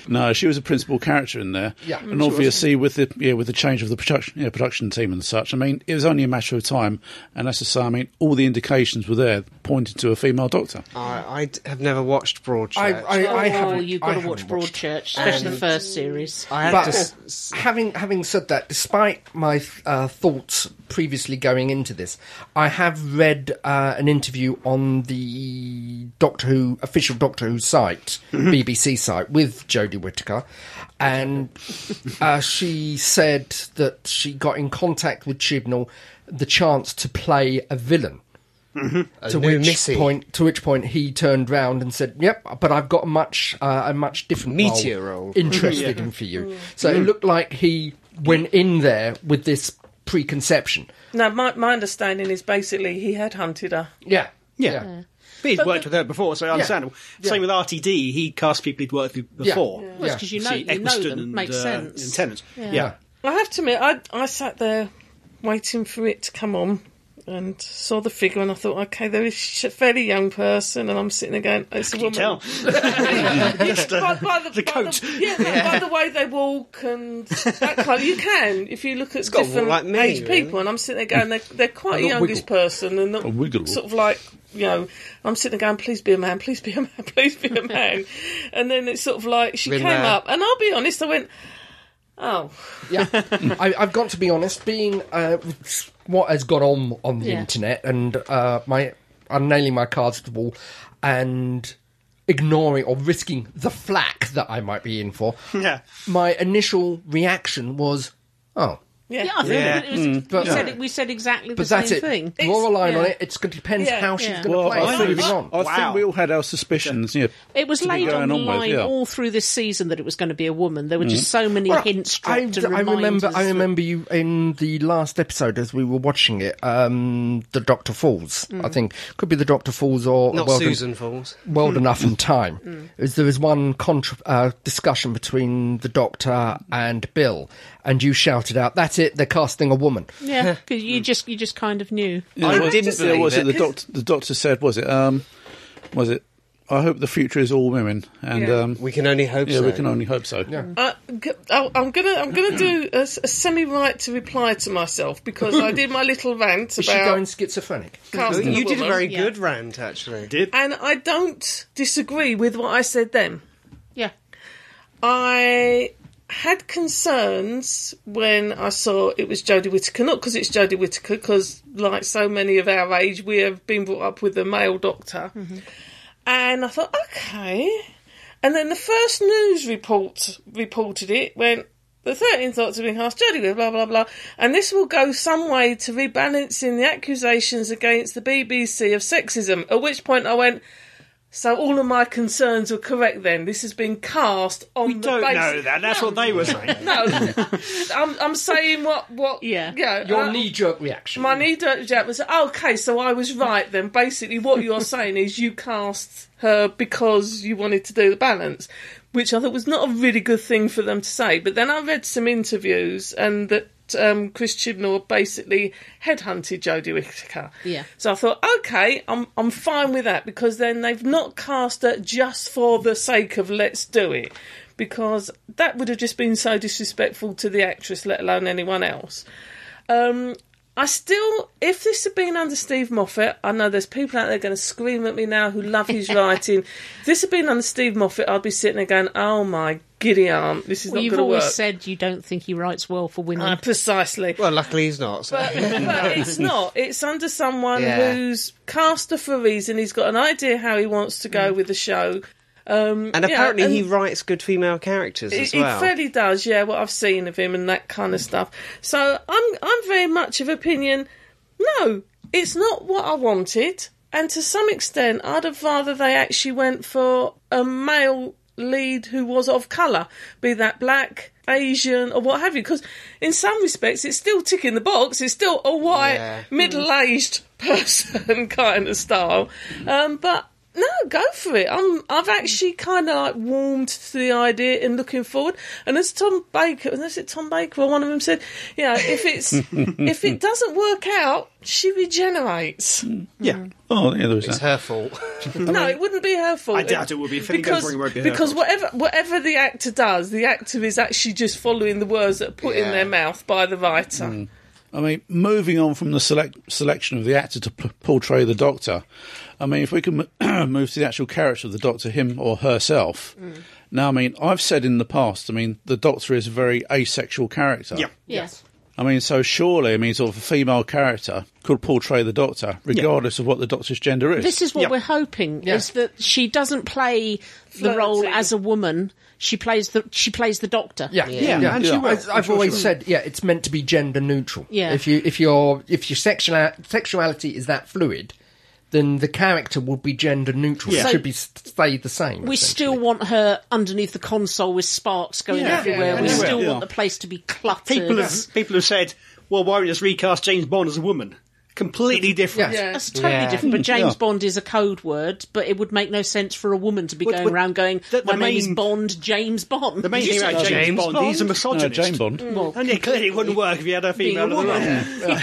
Speaker 1: no, she was a principal character in there.
Speaker 9: Yeah.
Speaker 1: and obviously with the yeah with the change of the production yeah, production team and such. I mean, it was only a matter of time, and as I say, I mean, all the indications were there pointing to a female doctor.
Speaker 2: I, I d- have never watched Broadchurch.
Speaker 9: I,
Speaker 2: I,
Speaker 9: I, I
Speaker 10: oh,
Speaker 9: haven't.
Speaker 10: you've
Speaker 9: I
Speaker 10: got to
Speaker 9: haven't
Speaker 10: watch
Speaker 9: watched
Speaker 10: Broadchurch, especially the first series.
Speaker 2: had
Speaker 9: but
Speaker 2: to. s- s-
Speaker 9: having having said that, despite my uh, thoughts previously going into this, I have read uh, an interview on the Doctor Who official Doctor Who site,
Speaker 2: Mm-hmm.
Speaker 9: BBC site, with Jodie Whittaker, and uh, she said that she got in contact with Chibnall the chance to play a villain. To
Speaker 2: Mm-hmm. new
Speaker 9: which
Speaker 2: Missy.
Speaker 9: point, to which point, he turned round and said, "Yep, but I've got a much, uh, a much different role
Speaker 2: Meteor role.
Speaker 9: interested in for you. So it looked like he went in there with this preconception.
Speaker 6: No, my, my understanding is basically he had hunted her.
Speaker 9: Yeah.
Speaker 3: Yeah. But he'd worked with her before, so understandable. Same with RTD, he cast people he'd worked with before.
Speaker 10: Well, it's 'cause you know-
Speaker 3: See,
Speaker 10: you know
Speaker 3: Eccleston
Speaker 10: them.
Speaker 3: and,
Speaker 10: Makes
Speaker 3: uh,
Speaker 10: sense.
Speaker 3: And Tennant. Yeah.
Speaker 6: I have to admit, I, I sat there waiting for it to come on and saw the figure and I thought, okay, there is sh- a fairly young person and I'm sitting there going, it's a
Speaker 3: You
Speaker 6: woman.
Speaker 3: tell. Just, uh,
Speaker 6: By, by the,
Speaker 3: the
Speaker 6: by
Speaker 3: coat.
Speaker 6: yeah, by- by the way they walk and that kind of, you can if you look at
Speaker 2: gotta
Speaker 6: different
Speaker 2: walk like me,
Speaker 6: age
Speaker 2: really.
Speaker 6: people. And I'm sitting there going, they're, they're quite a
Speaker 9: got
Speaker 6: youngish person and not
Speaker 1: wiggle.
Speaker 6: sort of like you know. I'm sitting there going, please be a man, please be a man, please be a man. and then it's sort of like she
Speaker 2: Been
Speaker 6: came
Speaker 2: there.
Speaker 6: up, and I'll be honest, I went, oh,
Speaker 9: Yeah. I, I've got to be honest, being uh, what has gone on on the
Speaker 10: Yeah.
Speaker 9: internet and uh, my I'm nailing my cards to the wall and ignoring or risking the flack that I might be in for,
Speaker 3: Yeah.
Speaker 9: my initial reaction was, oh.
Speaker 6: yeah.
Speaker 10: Yeah, I think
Speaker 3: Yeah.
Speaker 10: it was,
Speaker 9: Mm. But-
Speaker 10: we, said, it- we said exactly the
Speaker 9: But that's
Speaker 10: same
Speaker 9: it.
Speaker 10: thing.
Speaker 9: Draw a line on
Speaker 6: yeah.
Speaker 9: it. It's, it depends
Speaker 6: Yeah,
Speaker 9: how she's
Speaker 10: yeah.
Speaker 9: going to play.
Speaker 1: I,
Speaker 9: it
Speaker 1: think,
Speaker 9: moving on.
Speaker 1: I
Speaker 3: Wow.
Speaker 1: think we all had our suspicions. Yeah,
Speaker 10: It was laid
Speaker 1: going
Speaker 10: on the
Speaker 1: on with,
Speaker 10: line
Speaker 1: yeah. Mm-hmm.
Speaker 10: all through this season that it was going to be a woman. There were just so many hints
Speaker 9: I,
Speaker 10: dropped and
Speaker 9: I remember.
Speaker 10: reminders
Speaker 9: I
Speaker 10: that-
Speaker 9: remember you in the last episode as we were watching it. Um, the Doctor Falls, I think, could be the Doctor Falls or
Speaker 2: Mm. not
Speaker 9: World,
Speaker 2: Susan Falls. Mm.
Speaker 9: World Enough in Time. Is There was one contra- uh, discussion between the Doctor and Bill, and you shouted out, "That's it! They're casting a woman."
Speaker 10: Yeah, because you just you just kind of knew.
Speaker 2: I
Speaker 1: was-
Speaker 2: didn't
Speaker 1: yeah,
Speaker 2: believe
Speaker 1: was it.
Speaker 2: it.
Speaker 1: The doctor, the doctor said, was it? Um, was it? I hope the future is all women, and
Speaker 6: Yeah.
Speaker 1: um,
Speaker 2: We can only hope
Speaker 1: yeah,
Speaker 2: so.
Speaker 1: we can only hope so.
Speaker 6: I, am gonna uh, oh, I'm gonna do a, semi right to reply to myself because I did my little rant
Speaker 9: Is she going
Speaker 6: about
Speaker 9: schizophrenic?
Speaker 6: casting
Speaker 2: you did a
Speaker 6: woman.
Speaker 2: very
Speaker 10: Yeah.
Speaker 2: good rant, actually.
Speaker 6: and I don't disagree with what I said then.
Speaker 10: Yeah.
Speaker 6: I had concerns when I saw it was Jodie Whittaker, not because it's Jodie Whittaker, because like so many of our age, we have been brought up with a male doctor. And I thought, okay. And then the first news report reported it went, the 13th Doctor being cast, Jodie, Whittaker, blah, blah, blah. And this will go some way to rebalancing the accusations against the BBC of sexism. At which point I went, so all of my concerns were correct then. This has been cast on
Speaker 3: We
Speaker 6: the
Speaker 3: don't
Speaker 6: basis.
Speaker 3: know that. That's what they were saying.
Speaker 6: No, I'm, I'm saying what what
Speaker 10: Yeah.
Speaker 6: you know,
Speaker 9: Your
Speaker 6: uh,
Speaker 9: knee-jerk reaction.
Speaker 6: my knee jerk reaction was Oh, okay. So I was right then. Basically, what you're saying is you cast her because you wanted to do the balance, which I thought was not a really good thing for them to say. But then I read some interviews and that. Um, Chris Chibnall basically headhunted Jodie Whittaker.
Speaker 10: Yeah.
Speaker 6: So I thought, okay, I'm I'm fine with that because then they've not cast her just for the sake of let's do it, because that would have just been so disrespectful to the actress, let alone anyone else. Um, I still, if this had been under Steve Moffat, I know there's people out there going to scream at me now who love his writing. If this had been under Steve Moffat, I'd be sitting there going, "Oh my giddy arm, this is
Speaker 5: Well,
Speaker 6: not
Speaker 5: you've
Speaker 6: going to work."
Speaker 5: always said you don't think he writes well for women.
Speaker 6: Ah, precisely.
Speaker 2: Well, luckily he's not. So.
Speaker 6: But, but it's not. It's under someone
Speaker 2: Yeah.
Speaker 6: who's caster for a reason. He's got an idea how he wants to go with the show. Um,
Speaker 2: and
Speaker 6: yeah,
Speaker 2: apparently
Speaker 6: and-
Speaker 2: he writes good female characters as
Speaker 6: It-
Speaker 2: well.
Speaker 6: It fairly does, yeah. What I've seen of him and that kind of stuff. So I'm I'm very much of opinion. No, it's not what I wanted, and to some extent, I'd have rather they actually went for a male lead who was of colour, be that black. Asian or what have you, because in some respects it's still ticking the box. It's still a white,
Speaker 2: Yeah.
Speaker 6: middle-aged person kind of style, um, but no, go for it. I'm, I've actually kind of like warmed to the idea and looking forward. And as Tom Baker, was it Tom Baker or one of them said, you know, if it's if it doesn't work out, she regenerates.
Speaker 3: Mm. Yeah.
Speaker 1: Oh, yeah, there was
Speaker 2: It's
Speaker 1: that.
Speaker 2: her fault.
Speaker 6: no, it wouldn't be her fault.
Speaker 3: I doubt it would be. If anything goes
Speaker 6: because
Speaker 3: wrong, it won't be her
Speaker 6: because
Speaker 3: fault.
Speaker 6: whatever whatever the actor does, the actor is actually just following the words that are put in
Speaker 2: Yeah.
Speaker 6: their mouth by the writer.
Speaker 1: I mean, moving on from the select- selection of the actor to p- portray the Doctor, I mean, if we can m- move to the actual character of the Doctor, him or herself.
Speaker 5: Mm.
Speaker 1: Now, I mean, I've said in the past, I mean, the Doctor is a very asexual character.
Speaker 3: Yeah.
Speaker 5: yes.
Speaker 1: I mean, so surely, I mean, sort of a female character could portray the Doctor, regardless of what the Doctor's gender is.
Speaker 5: This is what
Speaker 3: Yeah.
Speaker 5: we're hoping is that she doesn't play the
Speaker 6: Flirty.
Speaker 5: role as a woman. She plays the she plays the doctor.
Speaker 9: Yeah,
Speaker 3: Yeah, and she will.
Speaker 9: As
Speaker 3: I'm
Speaker 9: I've
Speaker 3: sure she
Speaker 9: always
Speaker 3: will.
Speaker 9: said, yeah, it's meant to be gender neutral.
Speaker 5: Yeah.
Speaker 9: If you if your if your sexual sexuality is that fluid, then the character will be gender neutral.
Speaker 3: Yeah.
Speaker 9: It
Speaker 5: So-
Speaker 9: should be stay the same.
Speaker 5: We still
Speaker 9: essentially.
Speaker 5: want her underneath the console with sparks going
Speaker 3: Yeah.
Speaker 5: everywhere.
Speaker 3: Yeah.
Speaker 5: We
Speaker 3: Yeah.
Speaker 5: still
Speaker 1: Yeah.
Speaker 5: want the place to be cluttered.
Speaker 3: People have people have said, "Well, why don't you just recast James Bond as a woman?" Completely different.
Speaker 9: Yeah.
Speaker 5: That's totally
Speaker 2: Yeah.
Speaker 5: different. But James
Speaker 1: Yeah.
Speaker 5: Bond is a code word, but it would make no sense for a woman to be
Speaker 3: What-
Speaker 5: going
Speaker 3: what-
Speaker 5: around going,
Speaker 3: the- the
Speaker 5: "My name is
Speaker 3: main-
Speaker 5: Bond, James Bond." Mm.
Speaker 3: The main
Speaker 5: You
Speaker 3: thing
Speaker 5: said
Speaker 3: about James,
Speaker 5: James
Speaker 3: Bond, he's a
Speaker 5: Bond?
Speaker 1: no,
Speaker 3: misogynist.
Speaker 1: Jane Bond.
Speaker 3: And it clearly wouldn't work if you had a
Speaker 5: Being
Speaker 3: female
Speaker 5: a
Speaker 3: in the
Speaker 5: woman.
Speaker 3: role.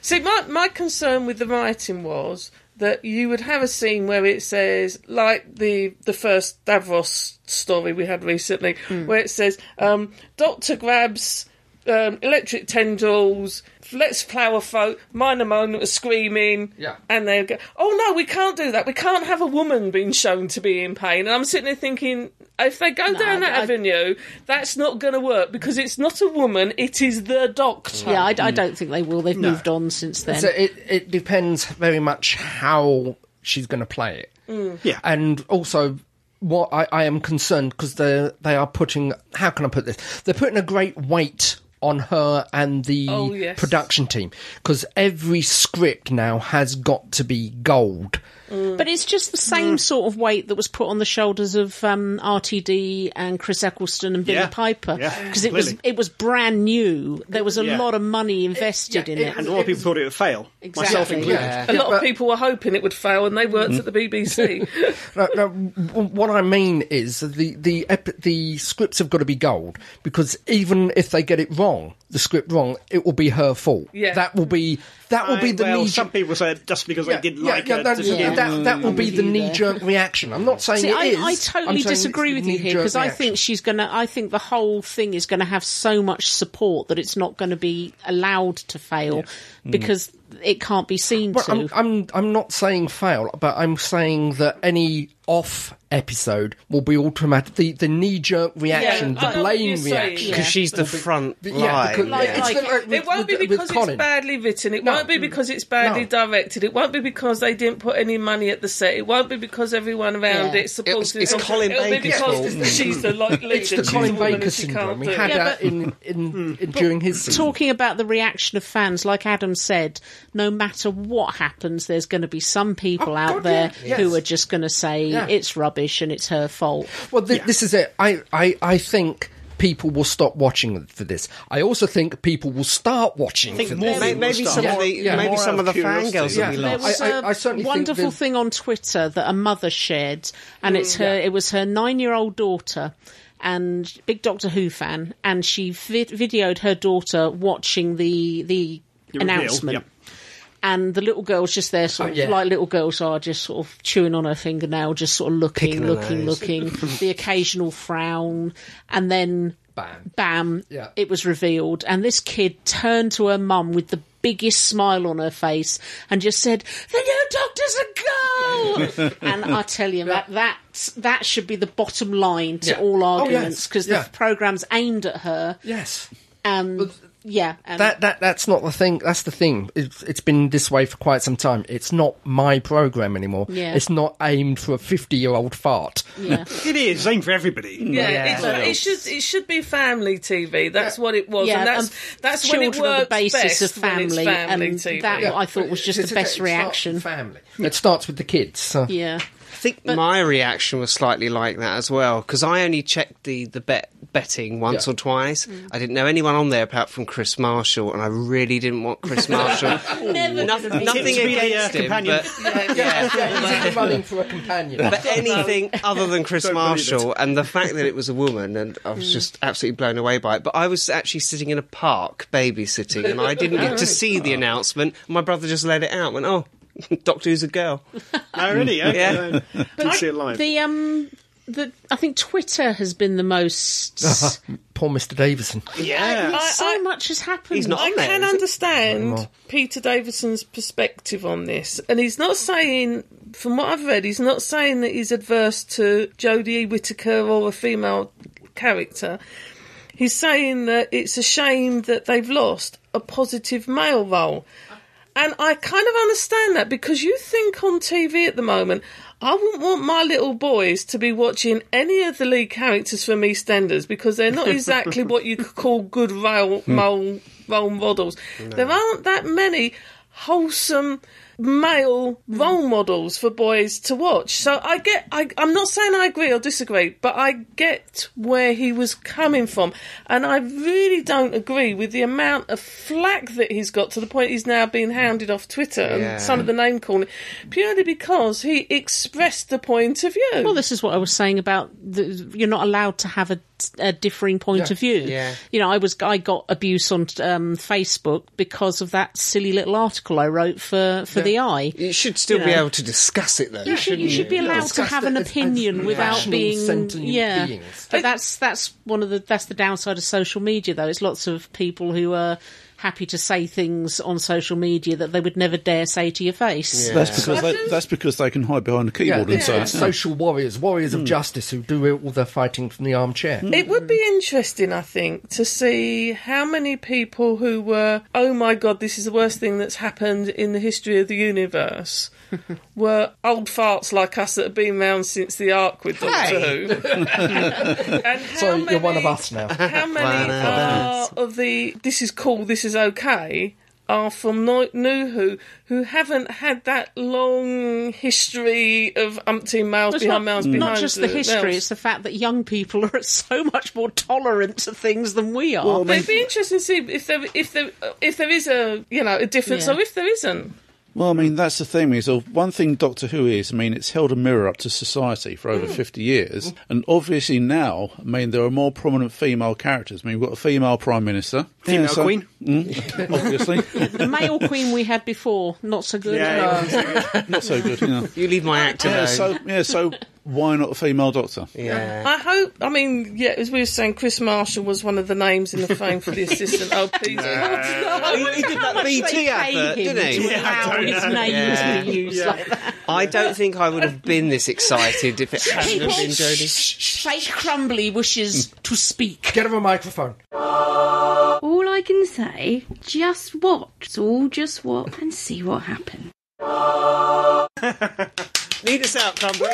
Speaker 6: See, my, my concern with the writing was that you would have a scene where it says, like the the first Davros story we had recently,
Speaker 5: Hmm.
Speaker 6: where it says, um, "Doctor grabs um, electric tendrils." Let's flower folk, mine and mine are screaming,
Speaker 9: Yeah.
Speaker 6: and they go, "Oh no, we can't do that. We can't have a woman being shown to be in pain." And I'm sitting there thinking, if they go down that
Speaker 5: I-
Speaker 6: avenue, that's not going to work because it's not a woman; it is the doctor.
Speaker 5: Yeah, I,
Speaker 9: Hmm.
Speaker 5: I don't think they will. They've moved on since then.
Speaker 9: So it it depends very much how she's going to play it.
Speaker 3: Yeah.
Speaker 9: and also what I, I am concerned because they they are putting how can I put this? They're putting a great weight on her and the
Speaker 6: Oh, yes.
Speaker 9: production team because every script now has got to be gold.
Speaker 5: But it's just the same sort of weight that was put on the shoulders of um, RTD and Chris Eccleston and Billy
Speaker 3: Yeah.
Speaker 5: Piper
Speaker 3: Yeah,
Speaker 5: because it was
Speaker 3: completely.
Speaker 5: it was brand new. There was a
Speaker 3: Yeah.
Speaker 5: lot of money invested
Speaker 9: yeah,
Speaker 5: in
Speaker 9: it
Speaker 5: it.
Speaker 3: And a lot of people thought it would fail. Myself
Speaker 5: Exactly.
Speaker 3: included.
Speaker 6: A lot of people were hoping it would fail, and they worked at the BBC.
Speaker 9: no, no, w- what I mean is the the ep- the scripts have got to be gold because even if they get it wrong, the script wrong, it will be her fault.
Speaker 6: Yeah.
Speaker 9: that will be that will be the
Speaker 3: well,
Speaker 9: knee
Speaker 3: some people say just because they didn't like
Speaker 9: yeah,
Speaker 3: her.
Speaker 9: that,
Speaker 3: doesn't mean-
Speaker 9: that, that will be the knee jerk reaction. I'm not saying
Speaker 5: See,
Speaker 9: it
Speaker 5: I,
Speaker 9: is.
Speaker 5: I
Speaker 9: I'm saying
Speaker 5: totally
Speaker 9: it's
Speaker 5: disagree with you here
Speaker 9: knee-jerk
Speaker 5: because I
Speaker 9: reaction.
Speaker 5: think she's going to. I think the whole thing is going to have so much support that it's not going to be allowed to fail because it can't be seen
Speaker 9: Well,
Speaker 5: to.
Speaker 9: I'm, I'm I'm not saying fail, but I'm saying that any off episode will be automatic. The the knee jerk reaction,
Speaker 6: I
Speaker 9: the
Speaker 6: know what
Speaker 9: blame
Speaker 6: you're saying.
Speaker 9: reaction.
Speaker 5: Yeah.
Speaker 2: Because she's the front line.
Speaker 9: because-
Speaker 5: Like-
Speaker 9: it's
Speaker 5: like-
Speaker 9: like with-
Speaker 6: it won't be
Speaker 9: with- with
Speaker 6: because it's
Speaker 9: Colin.
Speaker 6: badly written. It
Speaker 9: No.
Speaker 6: won't be because it's badly
Speaker 9: No.
Speaker 6: directed. It won't be because they didn't put any money at the set. It won't be because everyone around
Speaker 5: Yeah.
Speaker 6: it supports
Speaker 2: It's- it's Colin
Speaker 6: It'll be
Speaker 2: Baker's
Speaker 6: because she's the like, leader.
Speaker 9: It's the
Speaker 6: she's
Speaker 9: Colin
Speaker 6: a woman
Speaker 9: Baker
Speaker 6: and she
Speaker 9: syndrome.
Speaker 6: can't
Speaker 9: We
Speaker 6: do it.
Speaker 9: had
Speaker 5: Yeah,
Speaker 9: that
Speaker 5: but-
Speaker 9: in, in, in during his season.
Speaker 5: talking about the reaction of fans, like Adam said, no matter what happens, there's going to be some people
Speaker 9: Oh,
Speaker 5: out
Speaker 9: God,
Speaker 5: there
Speaker 9: yeah.
Speaker 5: who
Speaker 9: Yes.
Speaker 5: are just going to say
Speaker 9: Yeah.
Speaker 5: it's rubbish and it's her fault.
Speaker 9: Well, th- this is it. I, I, I think people will stop watching for this. I also think people will start watching
Speaker 3: think
Speaker 9: for this.
Speaker 3: more people
Speaker 2: Maybe, maybe
Speaker 3: More-
Speaker 2: some of the
Speaker 9: yeah,
Speaker 2: maybe
Speaker 1: more
Speaker 2: some
Speaker 1: out
Speaker 2: of the
Speaker 1: of curiosity.
Speaker 2: fangirls
Speaker 9: Yeah.
Speaker 2: will be
Speaker 9: There
Speaker 5: There
Speaker 2: lost.
Speaker 5: was
Speaker 9: I-
Speaker 5: a
Speaker 9: I- I certainly think
Speaker 5: wonderful
Speaker 9: that-
Speaker 5: thing on Twitter that a mother shared, and
Speaker 9: Mm.
Speaker 5: it's her. It was her nine-year-old daughter, and big Doctor Who fan, and she vi- videoed her daughter watching the the
Speaker 3: The reveal,
Speaker 5: announcement.
Speaker 3: yeah.
Speaker 5: And the little girl's just there, sort
Speaker 9: Oh,
Speaker 5: of
Speaker 9: yeah.
Speaker 5: like little girls are, just sort of chewing on her fingernail, just sort of looking,
Speaker 2: Picking her
Speaker 5: looking, looking. the occasional frown, and then
Speaker 9: Bam.
Speaker 5: bam,
Speaker 9: Yeah.
Speaker 5: it was revealed. And this kid turned to her mum with the biggest smile on her face and just said, The new doctor's a girl! and I tell you, that, that's, that should be the bottom line to
Speaker 9: Yeah.
Speaker 5: all
Speaker 9: Oh, yes.
Speaker 5: arguments because
Speaker 9: Yeah.
Speaker 5: the programme's aimed at her.
Speaker 9: Yes.
Speaker 5: And yeah. And
Speaker 9: That that that's not the thing. That's the thing. It's, it's been this way for quite some time. It's not my program anymore.
Speaker 5: Yeah.
Speaker 9: It's not aimed for a fifty-year-old fart.
Speaker 5: yeah.
Speaker 3: It is aim for everybody.
Speaker 6: Yeah,
Speaker 9: Yeah.
Speaker 6: it's- it should it should be family TV. That's what it was,
Speaker 5: Yeah,
Speaker 6: and that's
Speaker 5: um,
Speaker 6: that's when it
Speaker 5: children on
Speaker 6: works
Speaker 5: the basis
Speaker 6: best
Speaker 5: of
Speaker 6: when it's
Speaker 5: family,
Speaker 6: family
Speaker 5: and
Speaker 6: TV.
Speaker 5: that I thought was just
Speaker 9: It's
Speaker 5: the
Speaker 9: okay,
Speaker 5: best
Speaker 9: it starts with
Speaker 5: reaction.
Speaker 9: Family. It starts with the kids. so-
Speaker 5: Yeah.
Speaker 2: I think my reaction was slightly like that as well because I only checked the the bet betting once
Speaker 9: Yeah.
Speaker 2: or twice.
Speaker 6: Mm.
Speaker 2: I didn't know anyone on there apart from Chris Marshall, and I really didn't want Chris Marshall.
Speaker 5: Never
Speaker 2: Nothing,
Speaker 5: gonna be-
Speaker 2: nothing
Speaker 3: Tipped me the, uh,
Speaker 2: against him,
Speaker 3: companion.
Speaker 2: but, yeah,
Speaker 9: Yeah, he's running for a companion.
Speaker 2: but anything other than Chris
Speaker 3: Don't believe
Speaker 2: Marshall and the fact that it was a woman, and I
Speaker 5: Mm.
Speaker 2: was just absolutely blown away by it. But I was actually sitting in a park babysitting, and I didn't get to see
Speaker 5: Oh.
Speaker 2: the announcement. My brother just let it out. Went, oh. Doctor Who's a girl.
Speaker 3: Oh, really? Yeah.
Speaker 2: Yeah.
Speaker 3: Didn't see it live.
Speaker 5: The um, the I think Twitter has been the most.
Speaker 9: Poor Mr. Davison.
Speaker 3: yeah.
Speaker 5: so
Speaker 6: I-
Speaker 5: much has happened.
Speaker 2: He's not
Speaker 6: I
Speaker 2: on there,
Speaker 6: can
Speaker 2: is he?
Speaker 6: understand Peter Davison's perspective on this, and he's not saying, from what I've read, he's not saying that he's adverse to Jodie Whittaker or a female character. He's saying that it's a shame that they've lost a positive male role. And I kind of understand that because you think on TV at the moment, I wouldn't want my little boys to be watching any of the lead characters from EastEnders because they're not exactly what you could call good role, mole, role models. There aren't that many wholesome male role models for boys to watch. So I get, I, I'm not saying I agree or disagree, but I get where he was coming from. And I really don't agree with the amount of flack that he's got to the point he's now being hounded off Twitter
Speaker 2: Yeah.
Speaker 6: and some of the name calling purely because he expressed the point of view.
Speaker 5: Well, this is what I was saying about the, you're not allowed to have a, a differing point of view.
Speaker 2: Yeah.
Speaker 5: You know, I was I got abuse on um, Facebook because of that silly little article I wrote for for the Eye.
Speaker 2: You should still
Speaker 5: You
Speaker 2: be
Speaker 5: know.
Speaker 2: able to discuss it though.
Speaker 5: You should, you should be allowed to
Speaker 9: Discuss
Speaker 5: have
Speaker 9: it
Speaker 5: an
Speaker 9: as- as
Speaker 5: opinion without
Speaker 9: rational,
Speaker 5: being
Speaker 9: sentient
Speaker 5: yeah.
Speaker 9: beings.
Speaker 5: But that's that's one of the that's the downside of social media though. It's lots of people who are happy to say things on social media that they would never dare say to your face.
Speaker 1: That's because they, that's because they can hide behind a
Speaker 9: Yeah,
Speaker 1: keyboard and
Speaker 9: it's,
Speaker 1: say Hmm.
Speaker 9: it's
Speaker 1: "Oh,
Speaker 9: social warriors, warriors of justice who do all their fighting from the armchair.
Speaker 5: Hmm.
Speaker 6: It would be interesting, I think, to see how many people who were, oh my god, this is the worst thing that's happened in the history of the universe, were old farts like us that have been round since the Ark with Doctor Who. and how
Speaker 9: So you're one of
Speaker 6: many-
Speaker 9: us now.
Speaker 6: How many are of the this is cool, this is okay? Are from no- New Who who haven't had that long history of umpteen males
Speaker 5: It's
Speaker 6: behind
Speaker 5: not,
Speaker 6: males behind
Speaker 5: not just the history,
Speaker 6: males.
Speaker 5: it's the fact that young people are so much more tolerant to things than we are.
Speaker 6: But it'd be interesting to see if there if there if there is a you know a difference
Speaker 5: Yeah.
Speaker 6: or if there isn't.
Speaker 1: Well, I mean, that's the thing is, uh, one thing Doctor Who is, I mean, it's held a mirror up to society for over 50 years. And obviously now, I mean, there are more prominent female characters. I mean, we've got a female Prime Minister.
Speaker 3: Female
Speaker 1: Yeah, so-
Speaker 3: queen.
Speaker 1: Mm, obviously.
Speaker 5: the male queen we had before, not so good.
Speaker 3: Yeah.
Speaker 1: Not so good, you know.
Speaker 2: You leave my act alone.
Speaker 1: Yeah, so, yeah, so why not a female doctor?
Speaker 2: yeah.
Speaker 6: I hope. I mean, yeah, as we were saying, Chris Marshall was one of the names in the phone for the assistant. Oh please,
Speaker 2: he, he did that BT advert, didn't he?
Speaker 5: Wow, his name
Speaker 2: Yeah.
Speaker 5: is being used like that.
Speaker 2: I don't think I would have been this excited if it hadn't
Speaker 5: People,
Speaker 2: have been Jodie.
Speaker 5: fake Crumbly wishes to speak.
Speaker 9: Hmm. Get him a microphone.
Speaker 4: All I can say, just watch. It's all just watch and see what happens.
Speaker 3: Lead us out, Crumbly.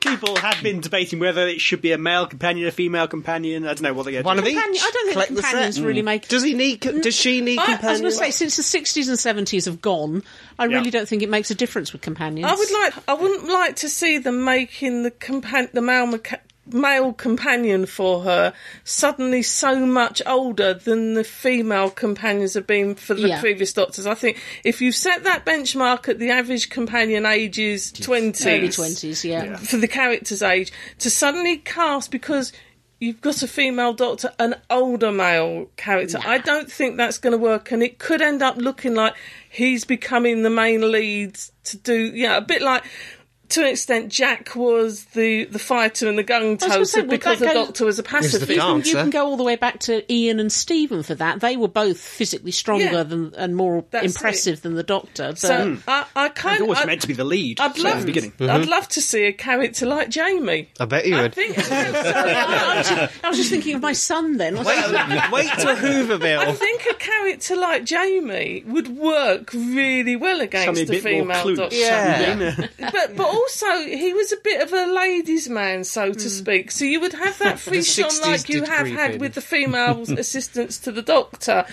Speaker 3: People have been debating whether it should be a male companion, a female companion. I don't know what they're
Speaker 2: One of
Speaker 3: going to do.
Speaker 2: each.
Speaker 5: Companion- I don't think
Speaker 2: Collect
Speaker 5: the
Speaker 2: the
Speaker 5: companions
Speaker 2: set.
Speaker 3: Hmm.
Speaker 5: really make. Mm.
Speaker 2: Does he need? co- Does she need
Speaker 6: I- I was
Speaker 5: I was
Speaker 2: companion?
Speaker 5: going to say, since the 60s and 70s have gone, I really don't think it makes a difference with companions.
Speaker 6: I would like. I wouldn't like to see them making the compan- the male mecha- male companion for her suddenly so much older than the female companions have been for the
Speaker 5: Yeah.
Speaker 6: previous doctors. I think if you set that benchmark at the average companion ages twenty,
Speaker 5: Early 20s, yeah.
Speaker 6: for the character's age to suddenly cast because you've got a female doctor an older male character i don't think that's going to work and it could end up looking like he's becoming the main lead to do yeah a bit like to an extent, Jack was the, the fighter and the gung
Speaker 5: I was
Speaker 6: toaster
Speaker 5: gonna say, would
Speaker 6: because
Speaker 5: that
Speaker 6: the
Speaker 5: go-
Speaker 6: Doctor was a pacifist.
Speaker 5: You can, you can go all the way back to Ian and Stephen for that. They were both physically stronger
Speaker 6: Yeah.
Speaker 5: than and more
Speaker 6: That's it.
Speaker 5: impressive than the Doctor. But
Speaker 6: So uh, I, I kind
Speaker 3: He's
Speaker 6: of
Speaker 3: always meant to be the lead.
Speaker 6: I'd
Speaker 3: so at
Speaker 6: love,
Speaker 3: the beginning.
Speaker 6: I'd love to see a character like Jamie.
Speaker 2: I bet you
Speaker 6: I
Speaker 2: would.
Speaker 6: think
Speaker 5: I, was just, I was just thinking of my son then.
Speaker 2: Wait, wait till
Speaker 6: I
Speaker 2: Hooverville.
Speaker 6: think a character like Jamie would work really well
Speaker 3: Something
Speaker 6: against
Speaker 3: a
Speaker 6: a
Speaker 3: bit more
Speaker 6: female
Speaker 3: clueless.
Speaker 6: doctor.
Speaker 2: Yeah.
Speaker 6: But but also he was a bit of a ladies' man, so to speak. So you would have that friction
Speaker 2: 60s
Speaker 6: like you
Speaker 2: did
Speaker 6: have
Speaker 2: creep
Speaker 6: had
Speaker 2: in.
Speaker 6: with the female assistants to the doctor.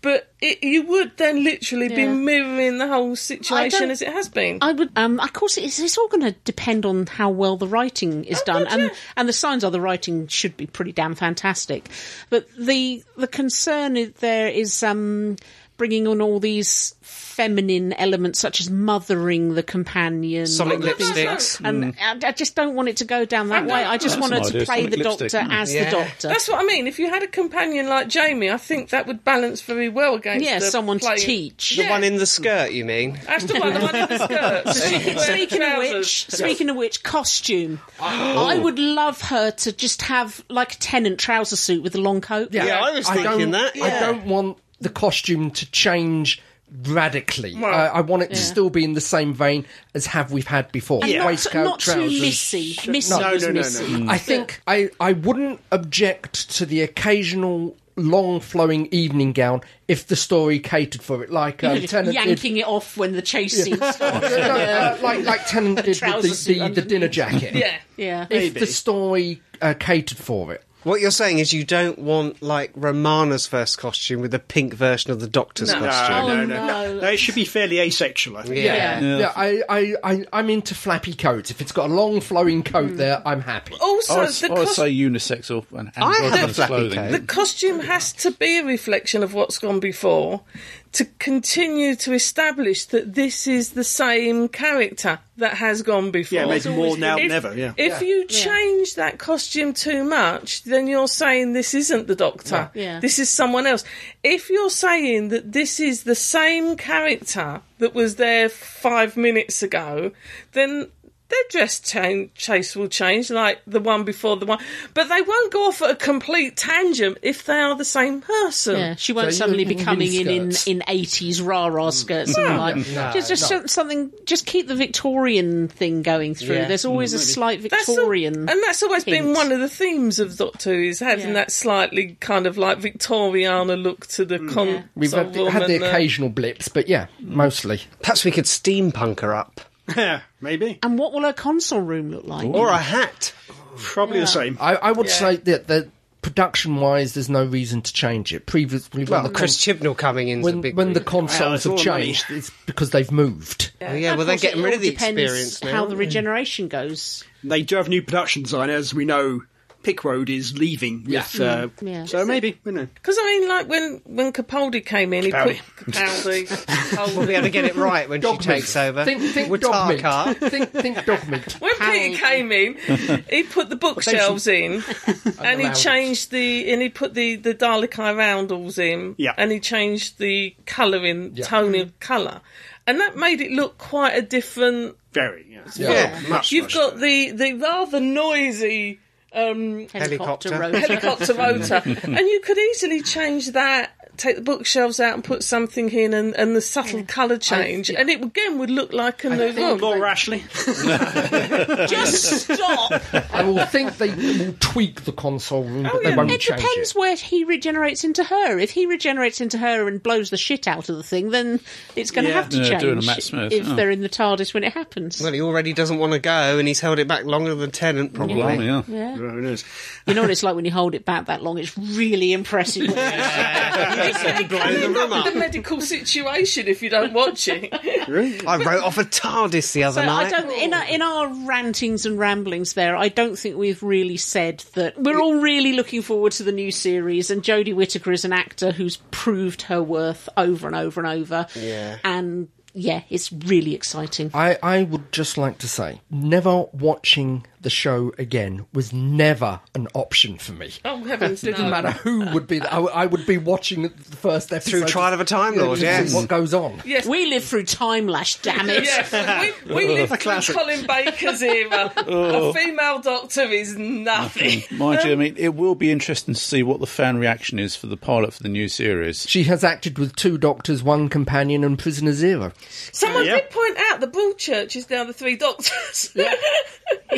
Speaker 6: But it, you would then literally be
Speaker 5: Yeah.
Speaker 6: mirroring the whole situation
Speaker 5: don't-
Speaker 6: as it has been.
Speaker 5: I would. Um, of course, it's, it's all going to depend on how well the writing is done,
Speaker 6: God,
Speaker 5: and
Speaker 6: yeah.
Speaker 5: and the signs are the writing should be pretty damn fantastic. But the the concern is there is um, bringing on all these feminine elements such as mothering the companion.
Speaker 2: Sonic
Speaker 6: no, no, no.
Speaker 2: lipsticks.
Speaker 5: and I, I just don't want it to go down that way. I just want her
Speaker 1: an
Speaker 5: to
Speaker 1: idea,
Speaker 5: play
Speaker 1: Sonic
Speaker 5: the
Speaker 1: lipstick.
Speaker 5: doctor as
Speaker 2: Yeah.
Speaker 5: the doctor.
Speaker 6: That's what I mean. If you had a companion like Jamie, I think that would balance very well against
Speaker 5: yeah,
Speaker 6: the
Speaker 5: someone to
Speaker 6: player.
Speaker 5: teach.
Speaker 2: The one in the skirt, you mean?
Speaker 6: That's the one, the one in the skirt. So she could wear
Speaker 5: Speaking of
Speaker 6: trousers.
Speaker 5: which, speaking of which, costume. I would love her to just have like a tenant trouser suit with a long coat.
Speaker 2: Yeah, I was thinking
Speaker 9: don't,
Speaker 2: that,
Speaker 9: I
Speaker 2: yeah.
Speaker 9: don't want the costume to change radically. I, I want it to still be in the same vein as have we've had before.
Speaker 5: And not,
Speaker 9: Waistcoat,
Speaker 5: not too
Speaker 9: trousers.
Speaker 5: missy. Missy
Speaker 9: No, no,
Speaker 5: was
Speaker 3: no, no.
Speaker 5: missy.
Speaker 1: Hmm.
Speaker 9: I think I, I wouldn't object to the occasional long flowing evening gown if the story catered for it, like um, Tennant did-
Speaker 5: Yanking it off when the chase scene starts.
Speaker 9: No, no, uh, like like Tennant did
Speaker 5: Trouser
Speaker 9: with
Speaker 5: suit
Speaker 9: the, the, the
Speaker 5: underneath.
Speaker 9: dinner jacket.
Speaker 6: yeah.
Speaker 5: yeah.
Speaker 9: If the story uh, catered for it.
Speaker 2: What you're saying is you don't want like Romana's first costume with the pink version of the Doctor's
Speaker 6: No.
Speaker 2: costume.
Speaker 5: Oh,
Speaker 3: no, no,
Speaker 5: no.
Speaker 3: no. it should be fairly asexual, I think.
Speaker 2: Yeah.
Speaker 9: Yeah, I, I, I, I'm into flappy coats. If it's got a long flowing coat
Speaker 3: Mm.
Speaker 9: there, I'm happy.
Speaker 6: Also,
Speaker 1: I would,
Speaker 9: oh,
Speaker 6: the,
Speaker 1: I would
Speaker 6: cos-
Speaker 1: say unisex or and
Speaker 2: have
Speaker 1: androgynous
Speaker 2: flappy
Speaker 1: clothing.
Speaker 2: coat.
Speaker 6: the costume has to be a reflection of what's gone before to continue to establish that this is the same character that has gone before.
Speaker 3: Yeah, maybe more now than
Speaker 6: If-
Speaker 3: ever, yeah.
Speaker 6: If you change that costume too much, then you're saying this isn't the Doctor.
Speaker 5: Yeah.
Speaker 6: This is someone else. If you're saying that this is the same character that was there five minutes ago, then their dress cha- chase will change, like the one before the one. But they won't go off at a complete tangent if they are the same person.
Speaker 5: Yeah, she
Speaker 9: So
Speaker 5: won't
Speaker 9: you
Speaker 5: suddenly be
Speaker 9: wouldn't
Speaker 5: coming in in,
Speaker 9: miniskirts.
Speaker 5: in eighties rah rah skirts and like just just some- something. Just keep the Victorian thing going through.
Speaker 2: Yeah. Mm-hmm.
Speaker 5: There's always a slight
Speaker 6: Mm, That's al-
Speaker 5: Victorian,
Speaker 6: and that's always been
Speaker 5: hint.
Speaker 6: one of the themes of Doctor Who is having
Speaker 5: Yeah.
Speaker 6: that slightly kind of like Victoriana look to the con.
Speaker 9: We've
Speaker 6: sort
Speaker 9: had,
Speaker 6: of
Speaker 9: had the
Speaker 6: woman, uh,
Speaker 9: occasional blips, but yeah,
Speaker 3: Mm.
Speaker 9: mostly.
Speaker 2: Perhaps we could steampunk her up.
Speaker 3: Yeah, maybe.
Speaker 5: And what will her console room look like?
Speaker 2: Or a hat.
Speaker 3: Probably the same.
Speaker 9: I, I would say that the production wise, there's no reason to change it. Previously,
Speaker 2: Well,
Speaker 9: when, the, con-
Speaker 2: Chris Chibnall coming in.
Speaker 9: when,
Speaker 2: a big
Speaker 9: when the
Speaker 3: Well,
Speaker 9: consoles
Speaker 3: it's
Speaker 9: have
Speaker 3: all money.
Speaker 9: changed, it's because they've moved.
Speaker 2: oh, yeah,
Speaker 5: Of
Speaker 2: well, they're
Speaker 5: course,
Speaker 2: getting
Speaker 5: it
Speaker 2: rid
Speaker 5: all
Speaker 2: of the
Speaker 5: depends
Speaker 2: experience now.
Speaker 5: How the regeneration goes.
Speaker 3: They do have new production designers. We know Pick Road is leaving. With, uh,
Speaker 5: Hmm. yeah.
Speaker 3: So maybe, you know.
Speaker 6: Because I mean, like when when Capaldi came in, he put Capaldi.
Speaker 2: We'll be able to
Speaker 6: Capaldi.
Speaker 2: get it right when she takes over.
Speaker 9: Think, think
Speaker 2: With
Speaker 9: dog
Speaker 2: tar
Speaker 9: meat.
Speaker 2: car.
Speaker 9: Think, think dog meat.
Speaker 6: When Peter came in, he put the bookshelves in, and he
Speaker 9: roundels.
Speaker 6: changed the and he put the the Dalekite roundels in,
Speaker 3: Yeah.
Speaker 6: and he changed the colouring tone of colour, and that made it look quite a different
Speaker 3: Very, yeah.
Speaker 2: Yeah.
Speaker 3: Much,
Speaker 6: You've
Speaker 3: much
Speaker 6: got the, the rather noisy um,
Speaker 5: Helicopter,
Speaker 2: Helicopter.
Speaker 5: rotor.
Speaker 6: helicopter rotor, and you could easily change that. Take the bookshelves out and put something in, and, and the subtle colour change, and it again would look like a new room.
Speaker 3: More Ashley.
Speaker 5: Just stop.
Speaker 9: I will think they will tweak the console room,
Speaker 1: Oh,
Speaker 9: but they
Speaker 6: Oh, yeah.
Speaker 9: won't
Speaker 5: It
Speaker 9: change
Speaker 5: depends
Speaker 9: it.
Speaker 5: where he regenerates into her. If he regenerates into her and blows the shit out of the thing, then it's going to
Speaker 3: Yeah.
Speaker 5: have to
Speaker 1: Yeah,
Speaker 5: change.
Speaker 1: doing a Matt Smith,
Speaker 5: if
Speaker 1: yeah.
Speaker 5: they're in the TARDIS when it happens.
Speaker 2: Well, he already doesn't want to go, and he's held it back longer than Tennant, probably.
Speaker 1: Blimey, yeah.
Speaker 5: yeah.
Speaker 3: Who knows?
Speaker 5: You know what it's like when you hold it back that long? It's really impressive. when you-
Speaker 6: It can end up with a medical situation if you don't watch it.
Speaker 2: I wrote off a TARDIS the other
Speaker 5: But I
Speaker 2: night.
Speaker 5: don't. In our, in our rantings and ramblings, there, I don't think we've really said that we're all really looking forward to the new series. And Jodie Whittaker is an actor who's proved her worth over and over and over.
Speaker 2: Yeah.
Speaker 5: And yeah, it's really exciting.
Speaker 9: I, I would just like to say, never watching the show again was never an option for me.
Speaker 6: Oh, heavens,
Speaker 9: It didn't
Speaker 6: no.
Speaker 9: matter who would be. I, I would be watching the first episode
Speaker 2: Through Trial of a Time Lord,
Speaker 9: to see
Speaker 2: yes.
Speaker 9: what goes on?
Speaker 6: Yes,
Speaker 5: We live through time lash, damn it.
Speaker 6: yes. We, we live through
Speaker 3: classic.
Speaker 6: Colin Baker's era. A female doctor is nothing. Um,
Speaker 1: Mind you, I mean, it will be interesting to see what the fan reaction is for the pilot for the new series.
Speaker 9: She has acted with two doctors, one companion, and Prisoner Zero.
Speaker 6: Someone
Speaker 3: Yeah.
Speaker 6: did point out the Bull Church is now the Three Doctors.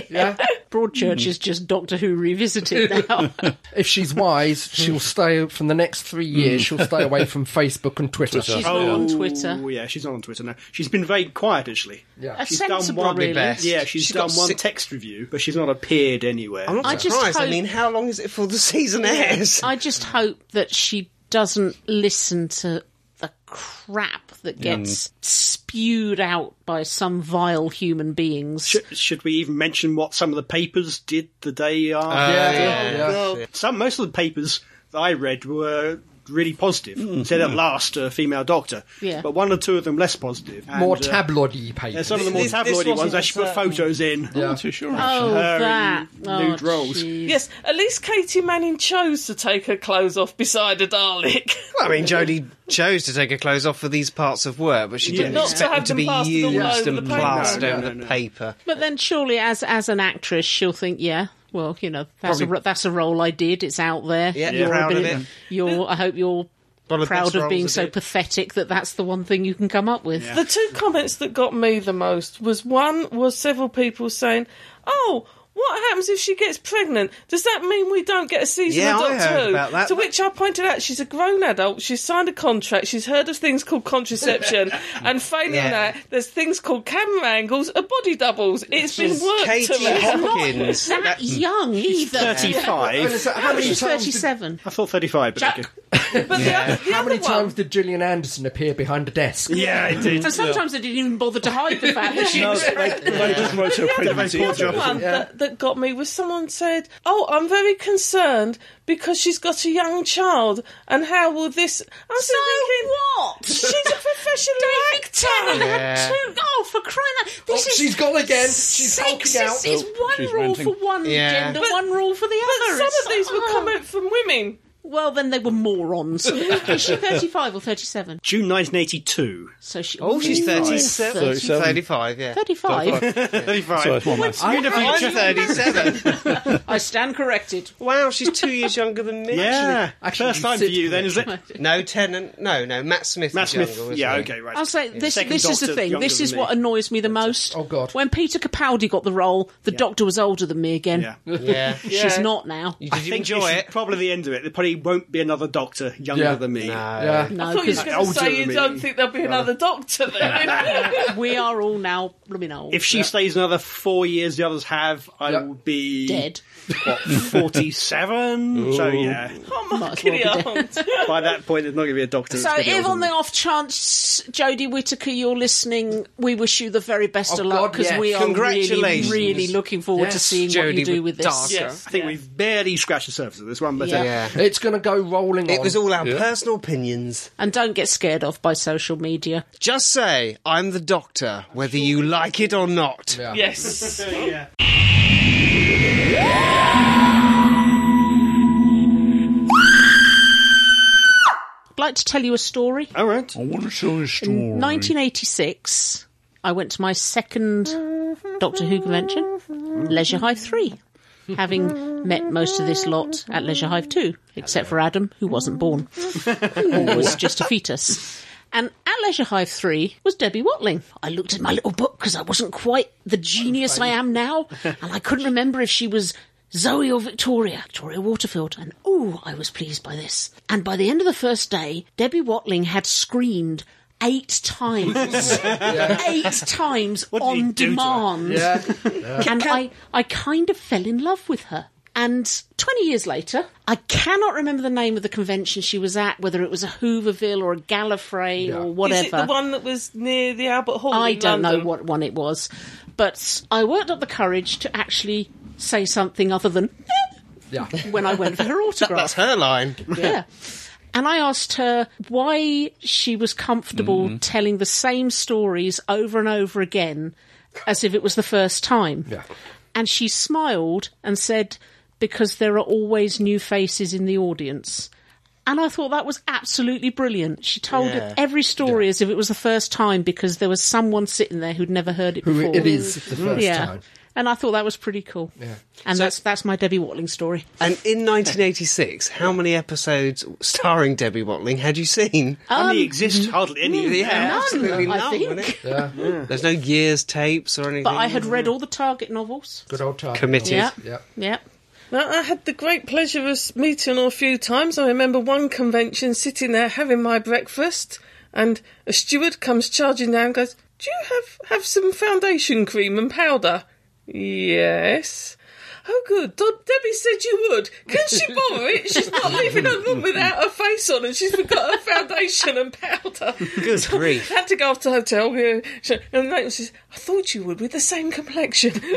Speaker 9: Yeah,
Speaker 6: Mm-hmm.
Speaker 9: Hmm.
Speaker 5: Broadchurch is just Doctor Who revisited now.
Speaker 9: if she's wise, she'll stay from the next three years. She'll stay away from Facebook and Twitter.
Speaker 5: She's not on Twitter.
Speaker 3: Oh, yeah, she's not on Twitter now. She's been very quiet, actually.
Speaker 9: Yeah.
Speaker 5: A
Speaker 3: She's done
Speaker 5: sensible,
Speaker 3: one-
Speaker 5: really.
Speaker 2: best.
Speaker 3: Yeah, she's,
Speaker 2: She's
Speaker 3: done
Speaker 2: got
Speaker 3: one
Speaker 2: six-
Speaker 3: text review, but she's not appeared anywhere.
Speaker 2: I'm not
Speaker 5: I just
Speaker 2: surprised. I
Speaker 5: hope-
Speaker 2: mean, how long is it for the season airs?
Speaker 5: I just hope that she doesn't listen to the crap
Speaker 2: Mm.
Speaker 5: that gets spewed out by some vile human beings.
Speaker 3: should, should we even mention what some of the papers did the day after?
Speaker 9: yeah.
Speaker 3: Some, most of the papers that I read were really positive. Said at last a female doctor,
Speaker 5: Yeah.
Speaker 3: but one or two of them less positive. And,
Speaker 9: More
Speaker 3: uh,
Speaker 9: tabloidy papers.
Speaker 3: yeah, some of the more
Speaker 2: This- this
Speaker 3: tabloidy
Speaker 2: wasn't
Speaker 3: ones, I should put
Speaker 2: certain.
Speaker 3: photos in.
Speaker 1: I'm not too sure.
Speaker 5: Oh,
Speaker 1: actually.
Speaker 3: Her in
Speaker 5: that. Oh,
Speaker 3: nude roles.
Speaker 5: jeez.
Speaker 6: yes, at least Katie Manning chose to take her clothes off beside a Dalek.
Speaker 2: Well, I mean, Jodie chose to take her clothes off for these parts of work, but she didn't
Speaker 3: Not to
Speaker 2: expect
Speaker 6: have
Speaker 2: them to
Speaker 6: them
Speaker 2: be
Speaker 6: plastered all
Speaker 2: used
Speaker 6: over
Speaker 2: and
Speaker 6: the paper.
Speaker 2: plastered
Speaker 3: No, no,
Speaker 2: over
Speaker 3: no,
Speaker 2: the
Speaker 3: no.
Speaker 2: paper.
Speaker 5: But then surely as as an actress she'll think, yeah, well, you know, that's a
Speaker 2: Probably-
Speaker 5: ro- that's a role I did. It's out there.
Speaker 2: Yeah,
Speaker 5: You're a
Speaker 2: proud of
Speaker 5: bit-
Speaker 2: it.
Speaker 5: You're I hope you're
Speaker 2: One of the
Speaker 5: proud
Speaker 2: best
Speaker 5: of
Speaker 2: roles
Speaker 5: being
Speaker 2: I
Speaker 5: so
Speaker 2: did.
Speaker 5: pathetic that that's the one thing you can come up with.
Speaker 6: The two comments that got me the most was one was several people saying, "Oh, what happens if she gets pregnant? Does that mean we don't get a season
Speaker 2: Yeah,
Speaker 6: of
Speaker 2: I
Speaker 6: Doctor
Speaker 2: heard
Speaker 6: Who?"
Speaker 2: about that.
Speaker 6: To which I pointed out, she's a grown adult. She's signed a contract. She's heard of things called contraception, and failing
Speaker 2: Yeah.
Speaker 6: that, there's things called camera angles and body doubles. It's been worked to
Speaker 2: Katie
Speaker 6: me.
Speaker 2: Hopkins.
Speaker 5: That young either.
Speaker 3: Thirty-five.
Speaker 9: how many
Speaker 5: She's
Speaker 9: times did-
Speaker 5: thirty-seven.
Speaker 3: I thought thirty-five, but okay.
Speaker 6: But the other, the
Speaker 9: How
Speaker 6: other
Speaker 9: many
Speaker 6: one,
Speaker 9: times did Gillian Anderson appear behind a desk?
Speaker 3: yeah, it did.
Speaker 5: And sometimes they didn't even bother to hide the fact that she
Speaker 1: No,
Speaker 5: was
Speaker 1: they, they just wrote her pregnancy.
Speaker 3: poor
Speaker 1: into
Speaker 3: job.
Speaker 1: it.
Speaker 6: one that, that got me was someone said, "Oh, I'm very concerned because she's got a young child, and how will this?" I'm so thinking, what? She's a professional actor.
Speaker 5: Tennant had two. Oh, for crying out! This
Speaker 9: Oh,
Speaker 5: is
Speaker 9: she's gone again. She's hulking out.
Speaker 5: sexist. It's one
Speaker 1: she's
Speaker 5: rule
Speaker 1: ranting.
Speaker 5: for one
Speaker 2: Oh, Yeah.
Speaker 5: gender,
Speaker 6: But-
Speaker 5: one rule for the
Speaker 6: But
Speaker 5: other.
Speaker 6: some
Speaker 5: It's
Speaker 6: of these
Speaker 5: like,
Speaker 6: were
Speaker 5: oh.
Speaker 6: comment from women.
Speaker 5: Well, then they were morons. Is she 35 or 37?
Speaker 3: June 1982.
Speaker 5: So she.
Speaker 2: Oh, she's 37.
Speaker 1: 37.
Speaker 2: 35, yeah.
Speaker 5: 35.
Speaker 1: So
Speaker 3: Thirty-five.
Speaker 1: it's one mass.
Speaker 2: I'm 37.
Speaker 5: I stand corrected.
Speaker 2: wow, she's two years younger than me.
Speaker 3: yeah,
Speaker 9: actually,
Speaker 3: first time for
Speaker 9: Sid-
Speaker 3: you, then is it?
Speaker 2: No, Tennant. No, no, Matt Smith.
Speaker 3: Matt
Speaker 2: is
Speaker 3: Smith.
Speaker 2: Younger,
Speaker 3: yeah,
Speaker 2: isn't he?
Speaker 3: okay, right.
Speaker 5: I'll say this.
Speaker 3: Second
Speaker 5: This is the
Speaker 3: Doctor,
Speaker 5: thing.
Speaker 3: younger
Speaker 5: This is
Speaker 3: than
Speaker 5: what
Speaker 3: me.
Speaker 5: annoys me the most.
Speaker 9: Oh, God.
Speaker 5: When Peter Capaldi got the role, the Doctor was older than me again.
Speaker 3: Yeah.
Speaker 2: Yeah.
Speaker 5: She's not now.
Speaker 2: You-
Speaker 3: I
Speaker 2: Did you
Speaker 3: think
Speaker 2: enjoy
Speaker 3: this is
Speaker 2: it?
Speaker 3: Probably the end of it. There probably won't be another Doctor younger
Speaker 9: Yeah.
Speaker 3: than me.
Speaker 9: Yeah.
Speaker 5: No,
Speaker 6: I thought you were
Speaker 5: 'cause
Speaker 6: going to
Speaker 3: Older
Speaker 6: say
Speaker 3: than
Speaker 6: you
Speaker 3: me.
Speaker 6: don't think there'll be another doctor then.
Speaker 5: we are all now blooming old.
Speaker 3: If she stays another four years, the others have, I
Speaker 9: Yeah.
Speaker 3: will be
Speaker 5: dead,
Speaker 3: What, forty-seven? so yeah,
Speaker 6: oh my
Speaker 5: might as well be dead.
Speaker 6: God.
Speaker 3: by that point, there's not going to be a Doctor.
Speaker 5: So,
Speaker 3: that's gonna be
Speaker 5: if
Speaker 3: older
Speaker 5: on the
Speaker 3: than me.
Speaker 5: off chance, Jodie Whittaker, you're listening, we wish you the very best
Speaker 9: Oh,
Speaker 5: of luck
Speaker 9: God,
Speaker 5: because
Speaker 9: yes.
Speaker 5: we are really,
Speaker 2: Congratulations.
Speaker 5: really looking forward to
Speaker 9: Yes,
Speaker 5: seeing what you
Speaker 2: Jodie
Speaker 5: do with this.
Speaker 2: Whittaker.
Speaker 3: I think we've barely scratched the surface of this one, but
Speaker 5: Yeah.
Speaker 3: uh,
Speaker 2: Yeah.
Speaker 9: It's going to go rolling
Speaker 2: It
Speaker 9: on.
Speaker 2: was all our personal opinions.
Speaker 5: And don't get scared off by social media.
Speaker 2: Just say, I'm the doctor, whether you like it or not.
Speaker 6: yes.
Speaker 5: I'd like to tell you a story.
Speaker 3: all right.
Speaker 1: I want to tell you a story.
Speaker 5: 1986, I went to my second Doctor Who convention, Leisure Hive 3, having met most of this lot at Leisure Hive 2, except for Adam, who wasn't born, who was just a fetus. And at Leisure Hive 3 was Debbie Watling. I looked at my little book because I wasn't quite the genius I am now, and I couldn't remember if she was Zoe or Victoria, Victoria Waterfield, and ooh, I was pleased by this. And by the end of the first day, Debbie Watling had screamed eight times, eight times
Speaker 3: did you
Speaker 5: on
Speaker 3: do to her?
Speaker 5: demand,
Speaker 9: Yeah.
Speaker 5: and I, I kind of fell in love with her. And 20 years later, I cannot remember the name of the convention she was at, whether it was a Hooverville or a Gallifrey or whatever.
Speaker 6: Is it the one that was near the Albert Hall?
Speaker 5: I
Speaker 6: in
Speaker 5: don't know
Speaker 6: London?
Speaker 5: what one it was, but I worked up the courage to actually say something other than
Speaker 9: Yeah.
Speaker 5: when I went for her autograph.
Speaker 2: That's her line.
Speaker 5: Yeah. And I asked her why she was comfortable
Speaker 9: Mm-hmm.
Speaker 5: telling the same stories over and over again as if it was the first time.
Speaker 9: Yeah.
Speaker 5: And she smiled and said, Because there are always new faces in the audience. And I thought that was absolutely brilliant. She told
Speaker 2: Yeah.
Speaker 5: every story as if it was the first time because there was someone sitting there who'd never heard it
Speaker 9: Who
Speaker 5: before.
Speaker 9: it is the first
Speaker 5: yeah.
Speaker 9: time.
Speaker 5: And I thought that was pretty cool. Yeah. And that's that's my Debbie Watling story.
Speaker 2: And in 1986, how many episodes starring Debbie Watling had you seen?
Speaker 3: Only exist hardly any.
Speaker 2: yeah,
Speaker 5: Um, none,
Speaker 2: Mm. absolutely
Speaker 5: I
Speaker 2: none.
Speaker 5: think.
Speaker 2: wasn't it? There's no years tapes or anything.
Speaker 5: But I had read all the Target novels.
Speaker 9: Good old time.
Speaker 2: Committed.
Speaker 5: Yeah.
Speaker 9: Yep.
Speaker 5: Yeah.
Speaker 6: Now, I had the great pleasure of meeting her a few times. I remember one convention sitting there having my breakfast, and a steward comes charging down and goes, Do you have, have some foundation cream and powder? Yes. Oh, good. Deb- Debbie said you would. Can she borrow it? She's not leaving her room without her face on, and she's forgot her foundation and powder.
Speaker 2: Good grief.
Speaker 6: Had to go off to the hotel here. She- And the lady says, I thought you would with the same complexion. but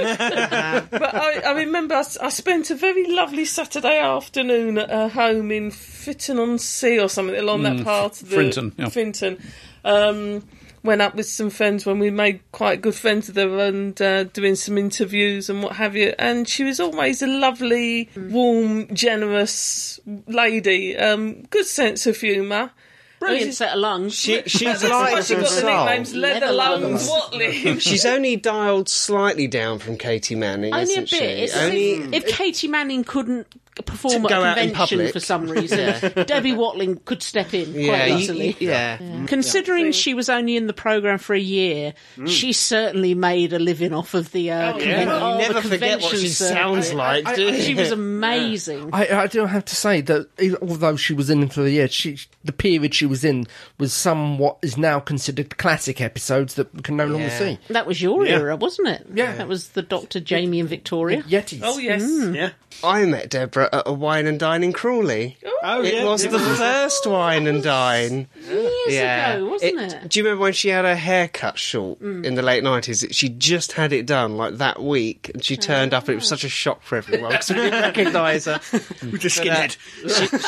Speaker 6: I, I remember I, s- I spent a very lovely Saturday afternoon at her home in Fitton on Sea or something along that part of the
Speaker 1: Mm, Frinton, yeah.
Speaker 6: Frinton. Um, went up with some friends when we made quite good friends with her and uh, doing some interviews and what have you. And she was always a lovely, warm, generous lady. Um, good sense of humour.
Speaker 5: Brilliant
Speaker 6: And she-
Speaker 5: set of lungs.
Speaker 2: She, she's
Speaker 6: that's why
Speaker 2: light
Speaker 6: she
Speaker 2: and
Speaker 6: got the nicknames
Speaker 2: soul.
Speaker 6: Leather
Speaker 5: Leather
Speaker 6: Lungs
Speaker 5: Lungs.
Speaker 6: Watling.
Speaker 2: She's only dialed slightly down from Katie Manning,
Speaker 5: Only a bit.
Speaker 2: isn't she?
Speaker 5: It's as
Speaker 2: only
Speaker 5: if, if Katie Manning couldn't perform
Speaker 2: To
Speaker 5: at
Speaker 2: go
Speaker 5: a
Speaker 2: out in
Speaker 5: convention
Speaker 2: public.
Speaker 5: for some reason, Debbie Watling could step in
Speaker 2: yeah,
Speaker 5: quite
Speaker 2: you-
Speaker 5: easily.
Speaker 2: yeah. Mm.
Speaker 5: Considering she was only in the program for a year,
Speaker 2: Mm.
Speaker 5: she certainly made a living off of the uh,
Speaker 6: Oh,
Speaker 5: oh,
Speaker 6: yeah.
Speaker 5: convention.
Speaker 2: You never forget what she sounds like, do you?
Speaker 5: She was amazing.
Speaker 9: I, I do have to say that e- although she was in for the year, she the period she was in was somewhat is now considered classic episodes that we can no longer
Speaker 2: Yeah.
Speaker 9: see.
Speaker 5: That was your
Speaker 3: Yeah.
Speaker 5: era, wasn't it?
Speaker 9: Yeah.
Speaker 5: That was the Doctor, Jamie, and Victoria. Hmm.
Speaker 9: Yetis.
Speaker 6: oh yes.
Speaker 3: Yeah.
Speaker 2: I met Deborah at a wine and dine in Crawley.
Speaker 3: Oh,
Speaker 2: it
Speaker 3: yeah.
Speaker 2: was
Speaker 3: yeah.
Speaker 2: the first wine and dine.
Speaker 5: Years ago, wasn't it? Mm.
Speaker 2: Do you remember when she had her hair cut short in the late nineties? She just had it done like that week, and she turned up, and it was
Speaker 5: Oh.
Speaker 2: such a shock for everyone because we didn't recognise her.
Speaker 3: With the skinhead.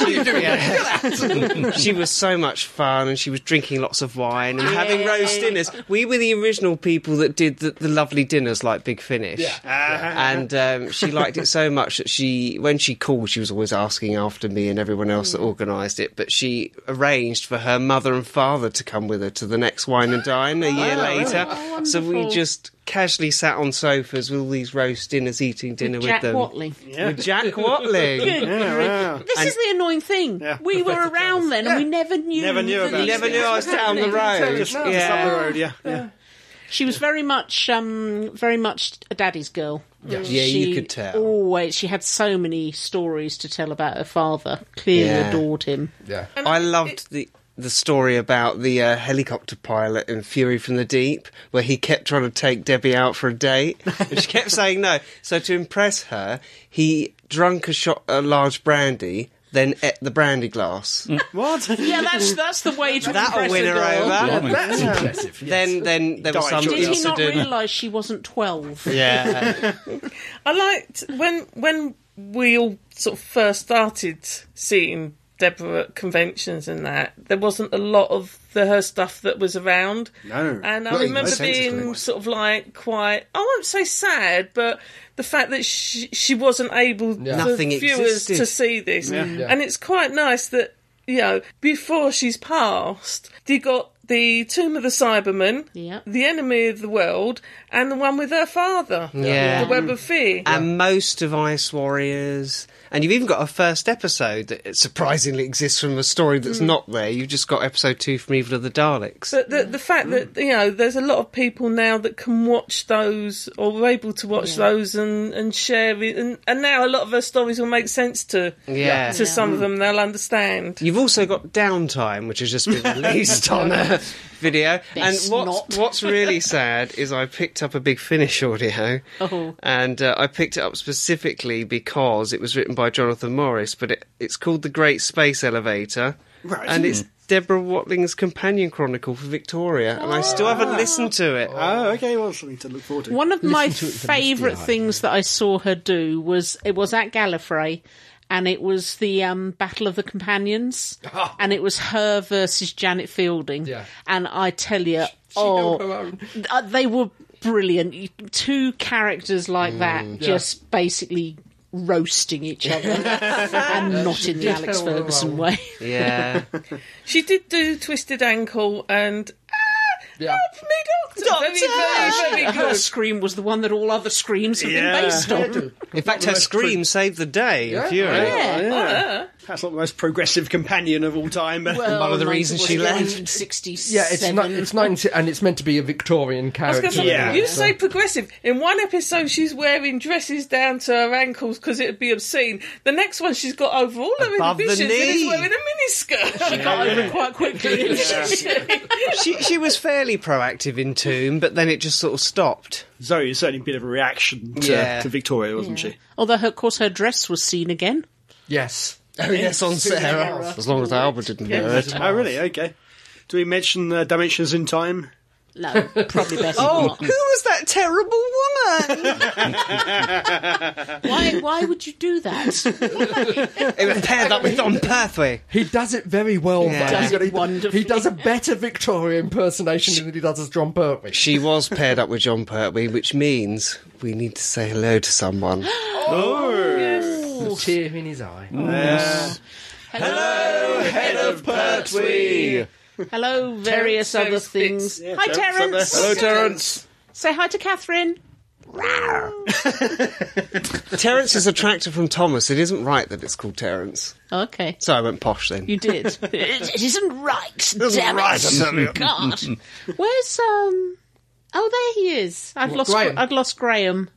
Speaker 2: Yeah. uh, she was so much fun, and she was drinking lots of wine and having roast dinners. We were the original people that did the, the lovely dinners like Big Finish,
Speaker 3: Uh-huh.
Speaker 2: and um, she liked it so much that she, when she called, she was always asking after me and everyone else that organised it. But she arranged for her mother and father to come with her to the next wine and dine a year later. so we just casually sat on sofas with all these roast dinners, eating dinner with,
Speaker 5: Jack
Speaker 2: them.
Speaker 5: Watling.
Speaker 2: With Jack Watling.
Speaker 5: Good grief. This is the annoying thing. We were around then, and we never knew.
Speaker 3: Never knew
Speaker 5: that
Speaker 3: about
Speaker 5: these
Speaker 3: it.
Speaker 2: Never
Speaker 5: things
Speaker 2: knew I
Speaker 5: were
Speaker 2: was down the
Speaker 5: happening.
Speaker 2: road.
Speaker 3: Just up the
Speaker 2: yeah.
Speaker 3: road, yeah. yeah.
Speaker 5: She was very much, um, very much a daddy's girl.
Speaker 2: Yeah, you
Speaker 5: She
Speaker 2: could tell.
Speaker 5: Always, she had so many stories to tell about her father. Clearly
Speaker 2: Yeah.
Speaker 5: adored him.
Speaker 9: Yeah.
Speaker 2: I loved the the story about the uh, helicopter pilot in Fury from the Deep, where he kept trying to take Debbie out for a date, and she kept saying no. So to impress her, he drunk a shot a large brandy, then ate the brandy glass.
Speaker 3: What?
Speaker 5: Yeah, that's that's the way to
Speaker 2: That'll
Speaker 5: impress
Speaker 2: win
Speaker 5: a
Speaker 2: her
Speaker 5: girl.
Speaker 2: over.
Speaker 9: That's impressive. yes.
Speaker 2: Then, then there was
Speaker 3: Died
Speaker 2: some
Speaker 3: during
Speaker 5: Did he not
Speaker 2: incident.
Speaker 5: realise she wasn't twelve?
Speaker 2: yeah.
Speaker 6: I liked when when we all sort of first started seeing Deborah at conventions and that. There wasn't a lot of the, her stuff that was around.
Speaker 3: No.
Speaker 6: and I
Speaker 2: Really?
Speaker 6: remember
Speaker 2: No sense of
Speaker 6: being
Speaker 2: doing it.
Speaker 6: sort of like quite. I won't say sad, but the fact that she she wasn't able for
Speaker 2: Nothing
Speaker 6: viewers
Speaker 2: existed.
Speaker 6: to see this, and it's quite nice that you know before she's passed, you got. The Tomb of the Cybermen,
Speaker 5: Yeah.
Speaker 6: the Enemy of the World, and the one with her father,
Speaker 2: Yeah.
Speaker 6: the Web of Fear.
Speaker 2: and most of Ice Warriors. And you've even got a first episode that surprisingly exists from a story that's not there. You've just got episode two from Evil of the Daleks.
Speaker 6: But the, the fact that you know there's a lot of people now that can watch those or were able to watch those and, and share it, and, and now a lot of her stories will make sense to
Speaker 2: Yeah.
Speaker 6: to some of them. They'll understand.
Speaker 2: You've also got downtime, which has just been released on a video.
Speaker 5: Best
Speaker 2: and what's,
Speaker 5: not.
Speaker 2: what's really sad is I picked up a Big Finish audio,
Speaker 5: Oh.
Speaker 2: and uh, I picked it up specifically because it was written by Jonathan Morris, but it, it's called The Great Space Elevator,
Speaker 3: Right.
Speaker 2: and it's Deborah Watling's companion chronicle for Victoria, and I still haven't listened to it.
Speaker 3: Oh, okay. Well, something Ah. to look forward to.
Speaker 5: One of my favourite things that I saw her do was it was at Gallifrey, and it was the um, Battle of the Companions, and it was her versus Janet Fielding.
Speaker 9: Yeah.
Speaker 5: And I tell you,
Speaker 9: held
Speaker 5: oh,
Speaker 9: her own.
Speaker 5: uh, they were brilliant. You- Two characters like that just basically roasting each other, and not in the
Speaker 9: Yeah,
Speaker 5: Alex
Speaker 9: well,
Speaker 5: Ferguson
Speaker 9: well.
Speaker 5: way.
Speaker 2: Yeah.
Speaker 6: She did do Twisted Ankle and
Speaker 9: Yeah.
Speaker 6: Me Doctor. Very, very, very
Speaker 5: Her
Speaker 6: good.
Speaker 5: scream was the one that all other screams have
Speaker 3: Yeah.
Speaker 5: been based on.
Speaker 9: Hairdo.
Speaker 2: In fact, her scream saved the day. in Fury.
Speaker 3: That's not the most progressive companion of all time. But
Speaker 2: Uh-huh. One of the reasons she left.
Speaker 9: Yeah, it's not, it's 90, and it's meant to be a Victorian
Speaker 6: I was
Speaker 9: character.
Speaker 6: gonna say,
Speaker 3: Yeah.
Speaker 6: You say progressive. In one episode, she's wearing dresses down to her ankles because it'd be obscene. The next one, she's got over all her
Speaker 2: Above the
Speaker 6: inhibitions and is
Speaker 2: knee.
Speaker 6: wearing a miniskirt. She
Speaker 5: got over quite quickly.
Speaker 2: she, she was fairly proactive in Tomb, but then it just sort of stopped.
Speaker 3: Zoe is certainly a bit of a reaction to,
Speaker 2: Yeah.
Speaker 3: to Victoria, wasn't she?
Speaker 5: Although, her, of course, her dress was seen again.
Speaker 9: Yes.
Speaker 2: Oh, yes, on Sarah. As long as Albert didn't hear it.
Speaker 3: Oh, really? Okay. Do we mention uh, Dimensions in Time?
Speaker 5: No, probably better
Speaker 2: Oh,
Speaker 5: not.
Speaker 2: who was that terrible woman?
Speaker 5: Why, why would you do that?
Speaker 2: it was paired up with Don Pertwee.
Speaker 9: He does it very well,
Speaker 2: Yeah.
Speaker 9: though.
Speaker 2: Does
Speaker 9: He-
Speaker 5: it
Speaker 9: he,
Speaker 5: wonderfully.
Speaker 9: He does a better Victorian impersonation than he does as John Pertwee.
Speaker 2: She was paired up with John Pertwee, which means we need to say hello to someone.
Speaker 5: Oh,
Speaker 2: Oh.
Speaker 9: A tear in his eye.
Speaker 2: Mm.
Speaker 1: Pertwee!
Speaker 5: Hello, various
Speaker 6: Terence
Speaker 5: other
Speaker 6: Spitz.
Speaker 5: things.
Speaker 3: Yeah,
Speaker 5: hi,
Speaker 3: Terence up
Speaker 5: Terence.
Speaker 3: there.
Speaker 1: Hello, Terence!
Speaker 5: Say hi to Catherine.
Speaker 2: Terence is a tractor from Thomas. It isn't right that it's called Terence.
Speaker 5: Okay.
Speaker 2: So I went posh then.
Speaker 5: You did. it, it isn't right.
Speaker 2: isn't
Speaker 5: damn
Speaker 2: right, I tell you.
Speaker 5: it. God. Where's um? Oh, there he is. I've lost.
Speaker 9: Graham?
Speaker 5: I've lost Graham.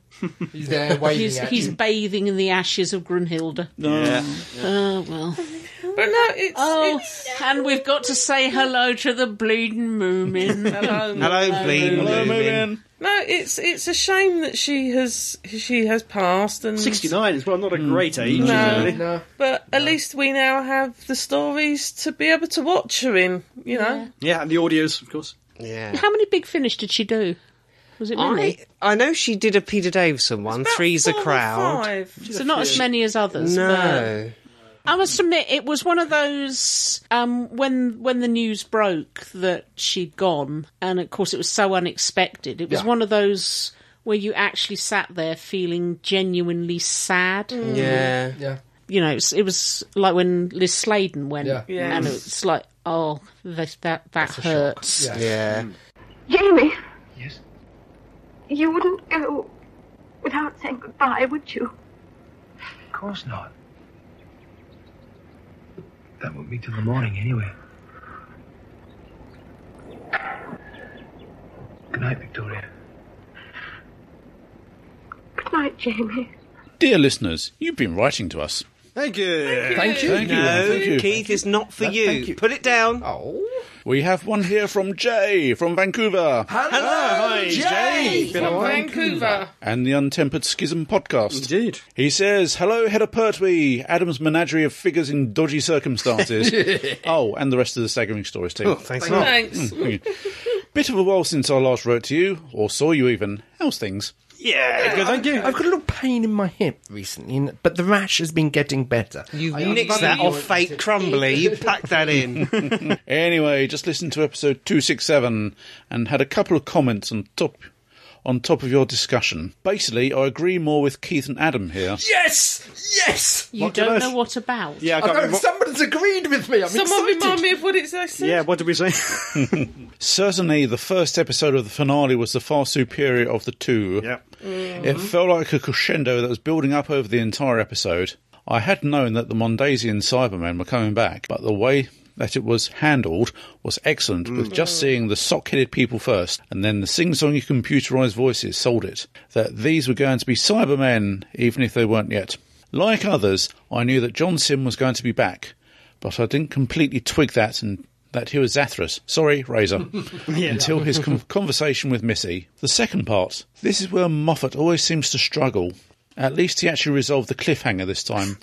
Speaker 9: He's there waving
Speaker 5: He's
Speaker 9: at
Speaker 5: he's
Speaker 9: you.
Speaker 5: bathing in the ashes of Brunhilde.
Speaker 3: Yeah.
Speaker 5: Oh well.
Speaker 6: But no, it's.
Speaker 5: Oh,
Speaker 6: it's
Speaker 5: and we've got to say hello to the bleeding moomin.
Speaker 6: Hello.
Speaker 2: Hello, Bleed.
Speaker 1: Hello, Moomin!
Speaker 6: No, it's it's a shame that she has she has passed and
Speaker 3: 69 as well, not a great
Speaker 2: Hmm.
Speaker 3: age,
Speaker 6: No.
Speaker 3: really.
Speaker 9: No.
Speaker 6: But at least we now have the stories to be able to watch her in. You know,
Speaker 3: Yeah, and the audios, of course.
Speaker 2: Yeah.
Speaker 5: How many big finish did she do? Was it many?
Speaker 2: I, I know she did a Peter Davison one, Three's a
Speaker 6: Four or
Speaker 2: Crowd.
Speaker 6: five.
Speaker 5: So not as many as others. but-
Speaker 2: No.
Speaker 5: I must admit, it was one of those um, when when the news broke that she'd gone, and of course it was so unexpected. It was
Speaker 9: Yeah.
Speaker 5: one of those where you actually sat there feeling genuinely sad.
Speaker 9: Mm.
Speaker 2: Yeah.
Speaker 9: Yeah.
Speaker 5: You know, it was, it was like when Liz Sladen went,
Speaker 9: Yeah.
Speaker 6: Yeah.
Speaker 5: and it's like, oh, that that, that hurts.
Speaker 9: Yeah.
Speaker 2: Yeah.
Speaker 11: Jamie.
Speaker 1: Yes?
Speaker 11: You wouldn't go without saying goodbye, would you?
Speaker 1: Of course not. That won't be till the morning anyway. Good night, Victoria.
Speaker 11: Good night, Jamie.
Speaker 1: Dear listeners, you've been writing to us.
Speaker 3: Thank you.
Speaker 9: Thank you.
Speaker 1: Thank you.
Speaker 2: No,
Speaker 1: Thank you.
Speaker 2: Keith, it's not for you.
Speaker 1: thank you.
Speaker 2: Put it down.
Speaker 9: Oh.
Speaker 1: We have one here from Jay from Vancouver
Speaker 3: Hello, hi, Jay. Been a
Speaker 6: From
Speaker 3: while.
Speaker 6: Vancouver.
Speaker 1: and the Untempered Schism podcast.
Speaker 3: Indeed.
Speaker 1: He says, Hello, Head of Pertwee, Adam's menagerie of figures in dodgy circumstances. oh, and the rest of the staggering stories, too.
Speaker 2: Oh, Thanks a lot.
Speaker 6: Thanks.
Speaker 1: Thank you. Bit of a while since I last wrote to you, or saw you even. How's things?
Speaker 3: Yeah, good, thank you.
Speaker 9: I've got a little pain in my hip recently, and- but the rash has been getting better.
Speaker 2: You
Speaker 9: I-
Speaker 2: nix that off fake crumbly. You pack that in.
Speaker 1: Anyway, just listened to episode 267 and had a couple of comments on top on top of your discussion. Basically, I agree more with Keith and Adam here.
Speaker 9: Yes! Yes!
Speaker 5: You
Speaker 3: What
Speaker 5: don't
Speaker 3: did I-
Speaker 5: know what about.
Speaker 3: Yeah, I
Speaker 9: I
Speaker 3: can't
Speaker 9: know,
Speaker 3: remember.
Speaker 9: someone's agreed with me. I'm
Speaker 6: Someone
Speaker 9: excited.
Speaker 6: remind me of what it's I said.
Speaker 3: Yeah, what did we say?
Speaker 1: Certainly, the first episode of the finale was the far superior of the two.
Speaker 12: Mm-hmm.
Speaker 1: It
Speaker 5: Mm.
Speaker 1: felt like a crescendo that was building up over the entire episode. I had known that the Mondasian Cybermen were coming back, but the way that it was handled was excellent, with just seeing the sock headed people first, and then the sing songy computerized voices sold it. That these were going to be Cybermen, even if they weren't yet. Like others, I knew that John Sim was going to be back, but I didn't completely twig that and that he was Zathras. Sorry, Razor. Until his con conversation with Missy. The second part. This is where Moffat always seems to struggle. At least he actually resolved the cliffhanger this time.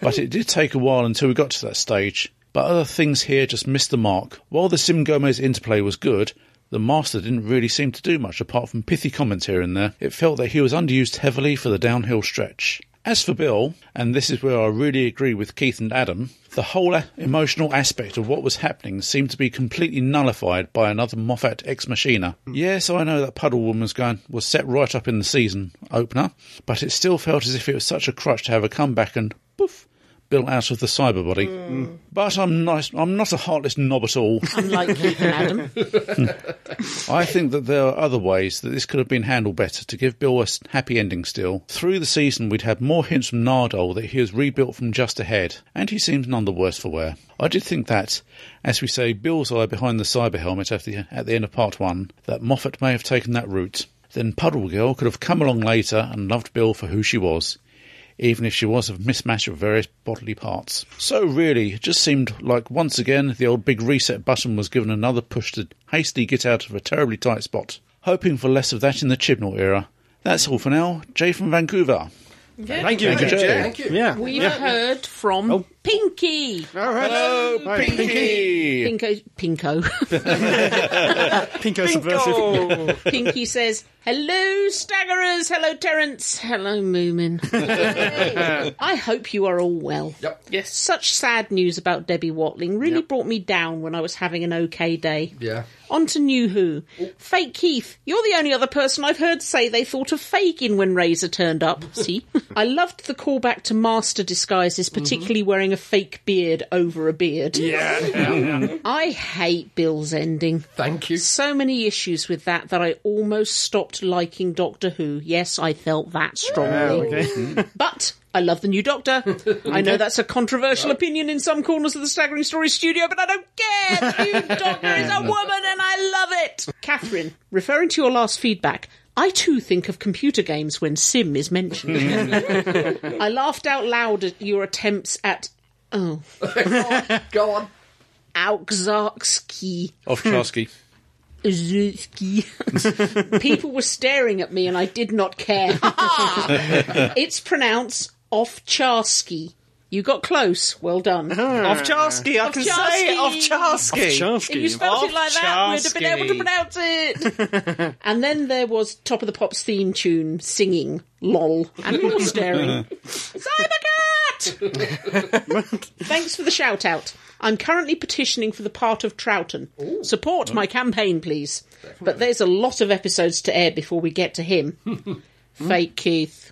Speaker 1: but it did take a while until we got to that stage. But other things here just missed the mark. While the Sim Gomez interplay was good, the Master didn't really seem to do much apart from pithy comments here and there. It felt that he was underused heavily for the downhill stretch. As for Bill, and this is where I really agree with Keith and Adam, the whole a- emotional aspect of what was happening seemed to be completely nullified by another Moffat ex machina. Yes, I know that Puddle Woman was going was set right up in the season opener, but it still felt as if it was such a crutch to have a comeback and poof, Bill out of the cyber body. But I'm nice. I'm not a heartless knob at all.
Speaker 5: Unlike Keith and Adam.
Speaker 1: I think that there are other ways that this could have been handled better to give Bill a s- happy ending still. Through the season, we'd had more hints from Nardole that he was rebuilt from just ahead, and he seems none the worse for wear. I did think that, as we say, Bill's eye behind the cyber helmet at the, at the end of part one, that Moffat may have taken that route. Then Puddle Girl could have come along later and loved Bill for who she was even if she was a mismatch of various bodily parts. So, really, it just seemed like once again the old big reset button was given another push to hastily get out of a terribly tight spot. Hoping for less of that in the Chibnall era. That's all for now. Jay from Vancouver.
Speaker 3: Thank you,
Speaker 1: Thank
Speaker 3: Jay.
Speaker 1: you, Jay.
Speaker 3: Thank you. Yeah.
Speaker 5: We've
Speaker 3: Yeah. Oh.
Speaker 5: heard from Pinky.
Speaker 3: Hello, Hi, Pinky.
Speaker 5: Pinko. Pinko.
Speaker 3: Pinko subversive.
Speaker 5: Pinky says, "Hello, staggerers. Hello, Terence. Hello, Moomin. I hope you are all well.
Speaker 9: Yep.
Speaker 6: Yes.
Speaker 5: Such sad news about Debbie Watling really brought me down when I was having an okay day.
Speaker 9: Yeah.
Speaker 5: On to New Who. Fake Keith, you're the only other person I've heard say they thought of faking when Razor turned up. See? I loved the callback to master disguises, particularly wearing a fake beard over a beard.
Speaker 3: Yeah.
Speaker 5: I hate Bill's ending.
Speaker 9: Thank you.
Speaker 5: So many issues with that that I almost stopped liking Doctor Who. Yes, I felt that strongly. But I love the new Doctor. I know that's a controversial opinion in some corners of the Staggering Stories studio, but I don't care. The new Doctor is a woman and I love it. Catherine, referring to your last feedback, I too think of computer games when Sim is mentioned. I laughed out loud at your attempts at. Oh,
Speaker 9: Go on.
Speaker 5: Auxarksky.
Speaker 1: Off Charsky.
Speaker 5: Zutski. People were staring at me and I did not care. it's pronounced Ofcharsky. You got close. Well done.
Speaker 2: Ofcharsky, I can say it. Ofcharsky.
Speaker 5: If you spelled it like that, we'd have been able to pronounce it. and then there was Top of the Pops theme tune singing, lol, and more staring. Cybercat! Thanks for the shout out. I'm currently petitioning for the part of Troughton. Support my campaign, please. But there's a lot of episodes to air before we get to him. Fake Keith.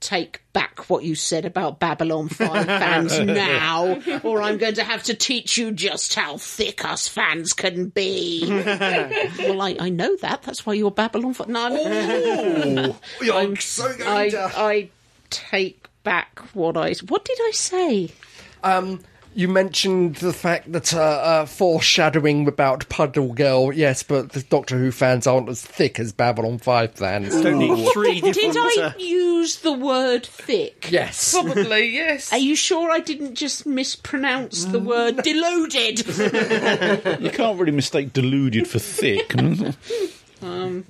Speaker 5: Take back what you said about Babylon 5 fans now, or I'm going to have to teach you just how thick us fans can be. well, I, I know that. That's why you're Babylon 5. No, I'm,
Speaker 9: I'm so going
Speaker 5: I,
Speaker 9: down.
Speaker 5: I take back what I. What did I say?
Speaker 9: Um, you mentioned the fact that uh, uh, foreshadowing about Puddle Girl, yes, but the Doctor Who fans aren't as thick as Babylon 5 fans.
Speaker 3: Don't need three
Speaker 5: Did
Speaker 3: different.
Speaker 5: I
Speaker 3: uh,
Speaker 5: use the word thick?
Speaker 9: yes.
Speaker 6: Probably, yes.
Speaker 5: Are you sure I didn't just mispronounce the word deluded?
Speaker 1: You can't really mistake deluded for thick.
Speaker 5: Um,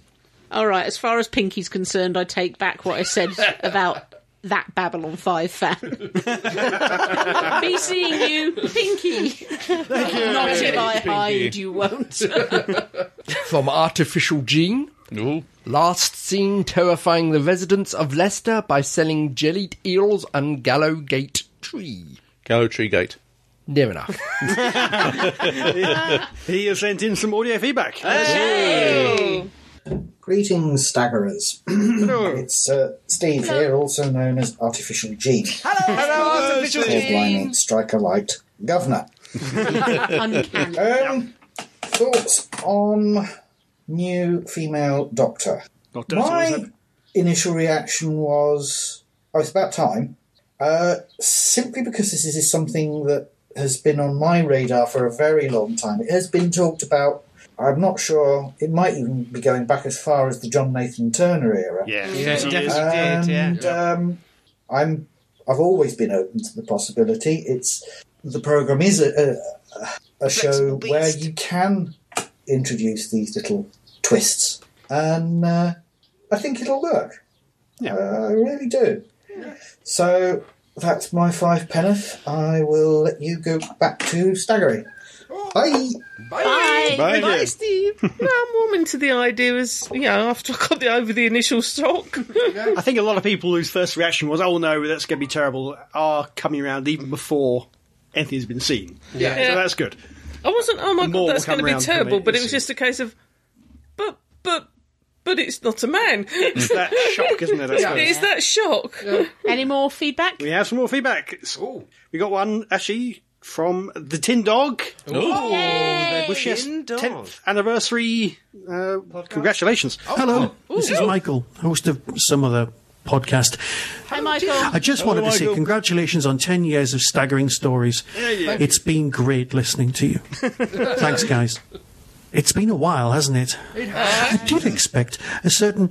Speaker 5: All right, as far as Pinky's concerned, I take back what I said about that Babylon 5 fan. Be seeing you, Pinky. Not if I hide, you won't.
Speaker 9: From Artificial Gene.
Speaker 1: Ooh.
Speaker 9: Last seen terrifying the residents of Leicester by selling jellied eels and gallow gate tree.
Speaker 1: Gallow Tree Gate.
Speaker 9: Near enough.
Speaker 3: He has sent in some audio feedback.
Speaker 13: Greetings, staggerers. it's uh, Steve here, also known as Artificial Gene.
Speaker 2: Artificial
Speaker 13: Or Blimey Striker Light Governor. um, thoughts on new female doctor?
Speaker 3: Doctor, that's always
Speaker 13: My initial reaction was, oh, it's about time. Uh, simply because this is something that has been on my radar for a very long time. It has been talked about. I'm not sure. It might even be going back as far as the John Nathan Turner era.
Speaker 3: Yeah.
Speaker 13: And um, I'm I've always been open to the possibility. It's the program is a, a, a show where you can introduce these little twists, and uh, I think it'll work.
Speaker 3: Yeah.
Speaker 13: Uh, I really do. So that's my five penneth. I will let you go back to staggering. Bye.
Speaker 6: Bye.
Speaker 13: Bye. Bye,
Speaker 6: Steve. no, I'm warming to the idea as, you know, after I got the, over the initial shock.
Speaker 3: I think a lot of people whose first reaction was, "Oh no, that's going to be terrible," are coming around even before anything has been seen.
Speaker 6: Yeah. Yeah.
Speaker 3: so that's good.
Speaker 6: I wasn't, oh my
Speaker 3: More
Speaker 6: god,
Speaker 3: will
Speaker 6: that's
Speaker 3: come
Speaker 6: going to be
Speaker 3: round from
Speaker 6: terrible,
Speaker 3: it,
Speaker 6: but it
Speaker 3: you
Speaker 6: was
Speaker 3: see.
Speaker 6: just a case of, but, but, but it's not a man.
Speaker 3: It's that shock, isn't it? That's what it is.
Speaker 6: It's that shock.
Speaker 5: Any more feedback?
Speaker 3: We have some more feedback. It's- We got one actually from the Tin Dog.
Speaker 2: Ooh. Ooh. Yay.
Speaker 3: Wish us
Speaker 2: Tin Dog.
Speaker 3: 10th anniversary. Uh, congratulations.
Speaker 14: Hello, Oh, this
Speaker 1: Oh.
Speaker 14: is Michael, host of some other podcast.
Speaker 5: Hi, Michael.
Speaker 14: I just wanted to say congratulations on 10 years of staggering stories.
Speaker 5: Yeah, yeah.
Speaker 14: It's been great listening to you. Thanks, guys. It's been a while, hasn't it?
Speaker 9: It
Speaker 14: I did expect a certain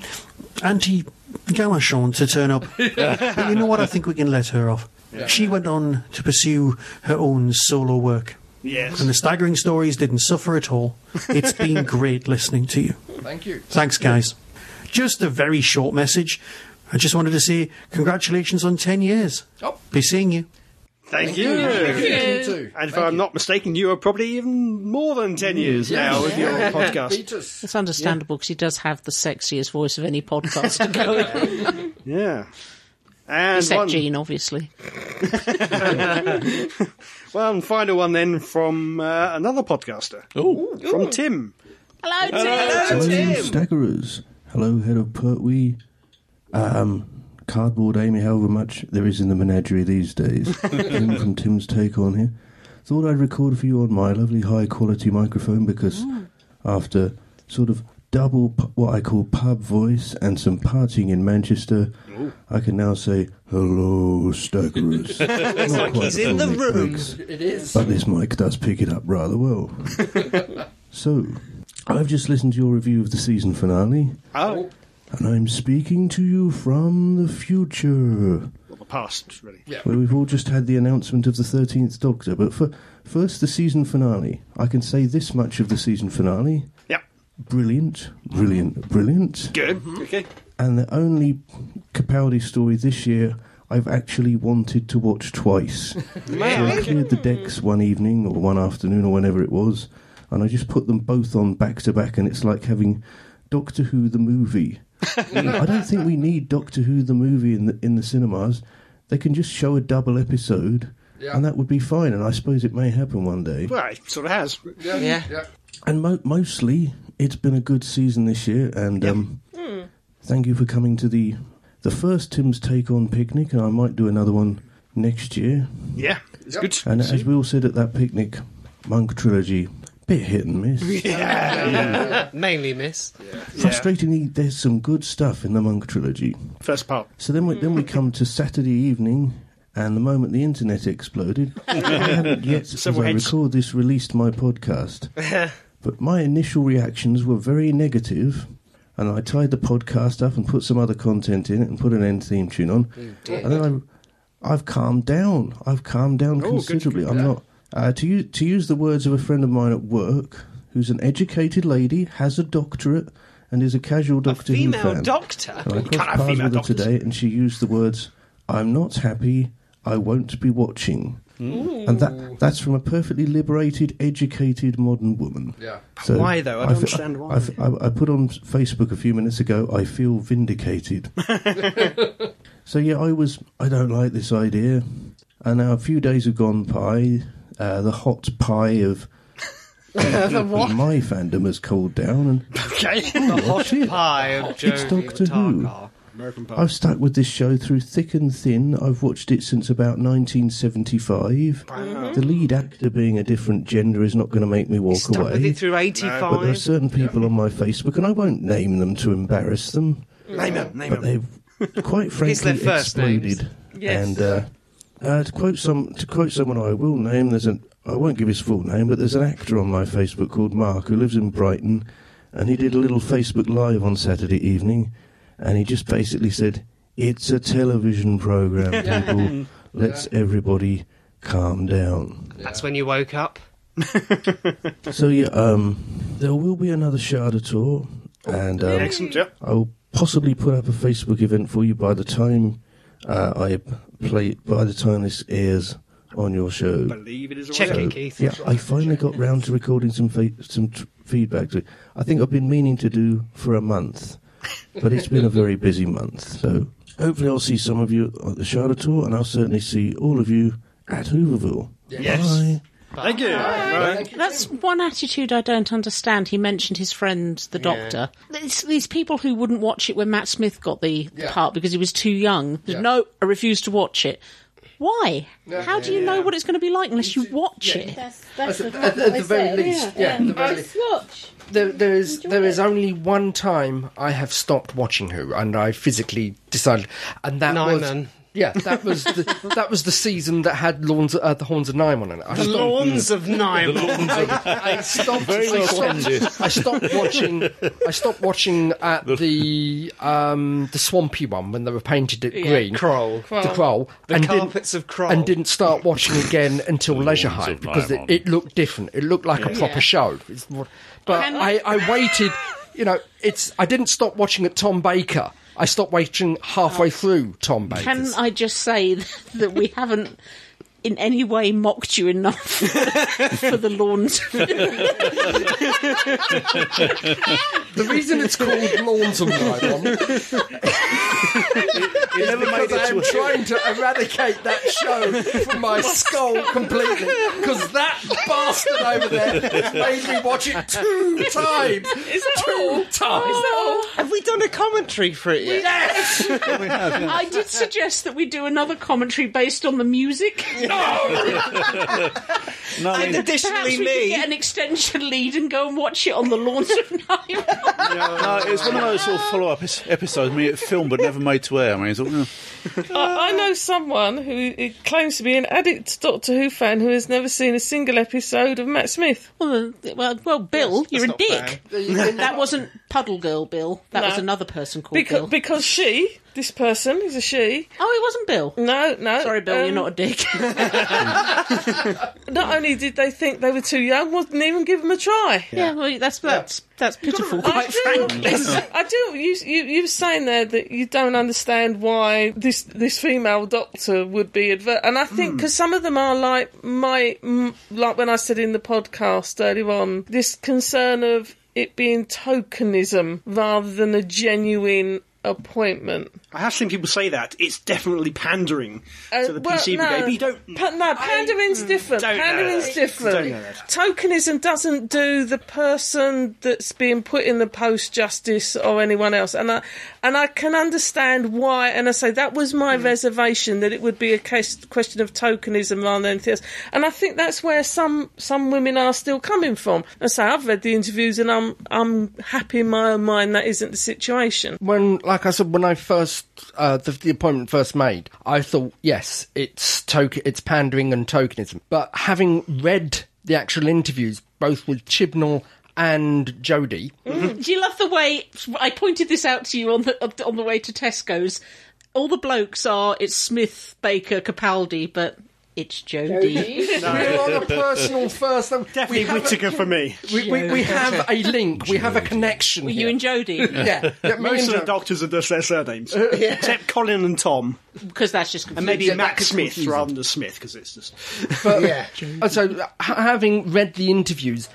Speaker 14: anti Galachon to turn up. but you know what? I think we can let her off.
Speaker 3: Yeah.
Speaker 14: She went on to pursue her own solo work.
Speaker 3: Yes.
Speaker 14: And the staggering stories didn't suffer at all. It's been great listening to you.
Speaker 9: Thank you.
Speaker 14: Thanks, guys. Just a very short message. I just wanted to say congratulations on 10 years.
Speaker 9: Oh.
Speaker 14: Be seeing you.
Speaker 3: Thank,
Speaker 14: Thank
Speaker 3: you.
Speaker 14: you. Thank you.
Speaker 9: Thank you too.
Speaker 3: And if I'm not mistaken, you are probably even more than 10 years now with your podcast.
Speaker 5: It's understandable because he does have the sexiest voice of any podcaster going.
Speaker 3: yeah. And
Speaker 5: Except
Speaker 3: one-
Speaker 5: Gene, obviously.
Speaker 3: one final one then from uh, another podcaster.
Speaker 5: Ooh.
Speaker 3: From Tim.
Speaker 5: Hello,
Speaker 12: Hello, Staggerers. Hello, head of Pertwee. Um, cardboard Amy, however much there is in the menagerie these days. Tim from Tim's Take On here. Thought I'd record for you on my lovely high quality microphone because after sort of double pu- what I call pub voice and some partying in Manchester, I can now say, hello, Staggerers.
Speaker 9: It's
Speaker 12: Not
Speaker 9: like
Speaker 12: quite
Speaker 9: he's
Speaker 12: a
Speaker 9: in the
Speaker 12: full-length
Speaker 9: room.
Speaker 12: mic,
Speaker 9: It is.
Speaker 12: But this mic does pick it up rather well. So, I've just listened to your review of the season finale,
Speaker 3: Oh.
Speaker 12: and I'm speaking to you from the future,
Speaker 3: Well, the past, really. Yeah.
Speaker 12: where we've all just had the announcement of the 13th Doctor. But for, first, the season finale. I can say this much of the season finale.
Speaker 3: Yep.
Speaker 12: Brilliant, brilliant, brilliant.
Speaker 3: Good. Okay.
Speaker 12: And the only Capaldi story this year I've actually wanted to watch twice. so I cleared the decks one evening or one afternoon or whenever it was, and I just put them both on back to back, and it's like having Doctor Who the movie. I don't think we need Doctor Who the movie in the in the cinemas. They can just show a double episode,
Speaker 3: Yeah.
Speaker 12: and that would be fine. And I suppose it may happen one day.
Speaker 3: Well, it sort of has.
Speaker 6: Yeah.
Speaker 12: And mo- mostly, it's been a good season this year, and um,
Speaker 6: Hmm.
Speaker 12: thank you for coming to the the first Tim's Take On picnic, and I might do another one next year.
Speaker 3: Yeah. It's good. to
Speaker 12: And
Speaker 3: see.
Speaker 12: as we all said at that picnic, Monk trilogy, bit hit and miss.
Speaker 2: Mainly miss.
Speaker 12: Frustratingly, there's some good stuff in the Monk trilogy.
Speaker 3: First part.
Speaker 12: So then we, then we come to Saturday evening, and the moment the internet exploded, I haven't yet,
Speaker 3: Several
Speaker 12: as I
Speaker 3: heads.
Speaker 12: record this, released my podcast. But my initial reactions were very negative, and I tied the podcast up and put some other content in it and put an end theme tune on.
Speaker 3: did.
Speaker 12: And then I, I've calmed down. I've calmed down
Speaker 3: Oh, good,
Speaker 12: considerably.
Speaker 3: good,
Speaker 12: I'm
Speaker 3: yeah.
Speaker 12: not uh, to use to use the words of a friend of mine at work, who's an educated lady, has a doctorate, and is a casual Doctor
Speaker 3: female
Speaker 12: Who fan.
Speaker 3: doctor?
Speaker 12: And I
Speaker 3: You can't
Speaker 12: crossed
Speaker 3: have
Speaker 12: paths
Speaker 3: female
Speaker 12: with her
Speaker 3: doctors.
Speaker 12: today, and she used the words, "I'm not happy. I won't be watching."
Speaker 3: Mm.
Speaker 12: And that that's from a perfectly liberated, educated modern woman.
Speaker 3: Yeah. Why, though? I don't understand why.
Speaker 12: I, f- I- I put on Facebook a few minutes ago. I feel vindicated. so yeah, I was. I don't like this idea. And now a few days have gone by. Uh, the hot pie of
Speaker 2: The what?
Speaker 12: my fandom has cooled down, and
Speaker 3: Okay.
Speaker 2: the hot pie
Speaker 12: it's
Speaker 2: of Jodie
Speaker 12: Doctor Who.
Speaker 2: Tarkar.
Speaker 3: American Pie.
Speaker 12: I've stuck with this show through thick and thin. I've watched it since about 1975. The lead actor being a different gender is not going to make me walk
Speaker 2: Stuck
Speaker 12: away.
Speaker 2: with it through
Speaker 12: But there are
Speaker 2: 85.
Speaker 12: certain people on my Facebook, and I won't name them to embarrass them.
Speaker 2: Name 'em, name
Speaker 12: but
Speaker 2: 'em.
Speaker 12: They've quite
Speaker 2: It's
Speaker 12: frankly
Speaker 2: their first
Speaker 12: exploded.
Speaker 2: names. Yes.
Speaker 12: And uh, uh, to quote some, to quote someone I will name, there's an I won't give his full name, but there's an actor on my Facebook called Mark who lives in Brighton, and he did a little Facebook live on Saturday evening, and he just basically said, "It's a television program,
Speaker 2: Yeah.
Speaker 12: people. Let's everybody calm down."
Speaker 2: That's when you woke up.
Speaker 12: So yeah, um, there will be another Sharda tour, and um,
Speaker 3: Excellent, yeah.
Speaker 12: I will possibly put up a Facebook event for you by the time uh, I play. By the time this airs, on your show.
Speaker 3: Believe it is
Speaker 2: Check
Speaker 12: So,
Speaker 2: it, Keith.
Speaker 12: Yeah, I finally got round to recording some fe- some t- feedback. To it. I think I've been meaning to do for a month, but it's been a very busy month. So hopefully I'll see some of you at the Charlotte tour, and I'll certainly see all of you at Hooverville.
Speaker 3: Yes.
Speaker 12: Bye.
Speaker 3: Thank you. Right.
Speaker 5: That's one attitude I don't understand. He mentioned his friend, the
Speaker 3: Yeah.
Speaker 5: doctor. It's these people who wouldn't watch it when Matt Smith got the the
Speaker 10: Yeah.
Speaker 5: part because he was too young.
Speaker 10: Yeah.
Speaker 5: No, I refuse to watch it. Why?
Speaker 10: Yeah.
Speaker 5: How do you
Speaker 10: Yeah.
Speaker 5: know what it's going to be like unless you watch it?
Speaker 4: That's,
Speaker 9: That's at, at- at the very least, yeah. at the very least. There, there is there is only one time I have stopped watching Who, and I physically decided, and that was
Speaker 2: Nyman.
Speaker 9: yeah, that was the, that was the season that had lawns, uh, the horns of Nine on it. I
Speaker 2: The
Speaker 9: stopped-
Speaker 2: Lawns of Nyman. The Lawns of-
Speaker 9: I, I stopped.
Speaker 2: Very well
Speaker 9: I stopped,
Speaker 2: blended.
Speaker 9: I stopped watching. I stopped watching at the um, the swampy one when they were painted it
Speaker 2: Yeah.
Speaker 9: green.
Speaker 2: Kroll.
Speaker 9: the Kroll,
Speaker 2: The
Speaker 9: and didn't-
Speaker 2: carpets of Kroll.
Speaker 9: and didn't start watching again until Leisure
Speaker 2: Lawns
Speaker 9: Hive
Speaker 2: of
Speaker 9: because it,
Speaker 2: Nymon.
Speaker 9: it looked different. It looked like a
Speaker 2: Yeah.
Speaker 9: proper
Speaker 2: Yeah.
Speaker 9: show. It's more- but
Speaker 2: Can-
Speaker 9: I, I waited. You know, it's I didn't stop watching at Tom Baker. I stopped watching halfway through Tom Baker.
Speaker 5: Can I just say that we haven't in any way mocked you enough for the lawns?
Speaker 9: the reason it's called Lawns of Nylon
Speaker 3: It
Speaker 9: is
Speaker 3: never
Speaker 9: because
Speaker 3: made it
Speaker 9: I'm
Speaker 3: to-
Speaker 9: trying to eradicate that show from my skull completely. Because that bastard over there has made me watch it two times.
Speaker 2: Is that
Speaker 9: two
Speaker 2: all?
Speaker 9: times.
Speaker 2: Is that all? Have we done a commentary for it yet?
Speaker 5: Yes!
Speaker 2: We have, yeah.
Speaker 5: I did suggest that we do another commentary based on the music.
Speaker 10: No!
Speaker 1: No, I
Speaker 5: And
Speaker 1: mean-
Speaker 5: perhaps we could get an extension lead and go and watch it on the launch of
Speaker 1: No, it was one of those sort of follow-up es- episodes. I mean, it filmed but never made to air. I mean, it's all, yeah.
Speaker 5: Uh,
Speaker 6: I, I know someone who i- claims to be an addict Doctor Who fan who has never seen a single episode of Matt Smith.
Speaker 5: Well, uh, well, well Bill, you're a dick.
Speaker 6: That
Speaker 5: that wasn't Puddle Girl Bill. That
Speaker 6: No.
Speaker 5: was another person called
Speaker 6: because,
Speaker 5: Bill.
Speaker 6: because she, this person, is a she.
Speaker 5: Oh, it wasn't Bill.
Speaker 6: No, no. um,
Speaker 5: Sorry, Bill, you're not a dick.
Speaker 6: not only did they think they were too young, wouldn't even give them a try.
Speaker 5: Yeah, well, that's that's that's pitiful, quite frankly.
Speaker 6: I do. You, you you were saying there that you don't understand why this this female doctor would be advert, and I think because some of them are like my mm, like when I said in the podcast earlier on this concern of it being tokenism rather than a genuine appointment.
Speaker 3: I have seen people say that. It's definitely pandering
Speaker 6: Uh,
Speaker 3: to the
Speaker 6: well,
Speaker 3: PC brigade,
Speaker 6: no.
Speaker 3: but you don't Hmm.
Speaker 6: Pa- no, pandering's different.
Speaker 3: don't know
Speaker 6: Pandering's
Speaker 3: that.
Speaker 6: different.
Speaker 3: Don't know that.
Speaker 6: Tokenism doesn't do the person that's being put in the post justice or anyone else, and I and I can understand why. And I say that was my
Speaker 3: Hmm.
Speaker 6: reservation that it would be a case, question of tokenism rather than anything else. And I think that's where some some women are still coming from. I say I've read the interviews, and I'm I'm happy in my own mind that isn't the situation.
Speaker 9: When, like I said, when I first uh, the, the appointment first made, I thought, yes, it's token, it's pandering and tokenism. But having read the actual interviews, both with Chibnall and Jodie,
Speaker 5: Do you love the way I pointed this out to you on the on the way to Tesco's? All the blokes are it's Smith, Baker, Capaldi, but it's Jodie.
Speaker 9: We're on a personal first. Definitely
Speaker 3: Whittaker for me.
Speaker 9: We, we, we have a link. We have a connection. Were
Speaker 5: you and Jodie?
Speaker 9: Yeah.
Speaker 3: Most of the doctors are just their surnames, except Colin and Tom,
Speaker 5: because that's just
Speaker 3: and maybe
Speaker 9: Yeah, that
Speaker 3: Matt
Speaker 9: is
Speaker 3: Smith
Speaker 9: confusing.
Speaker 3: rather than Smith because it's just.
Speaker 9: But, And so, uh, ha- having read the interviews,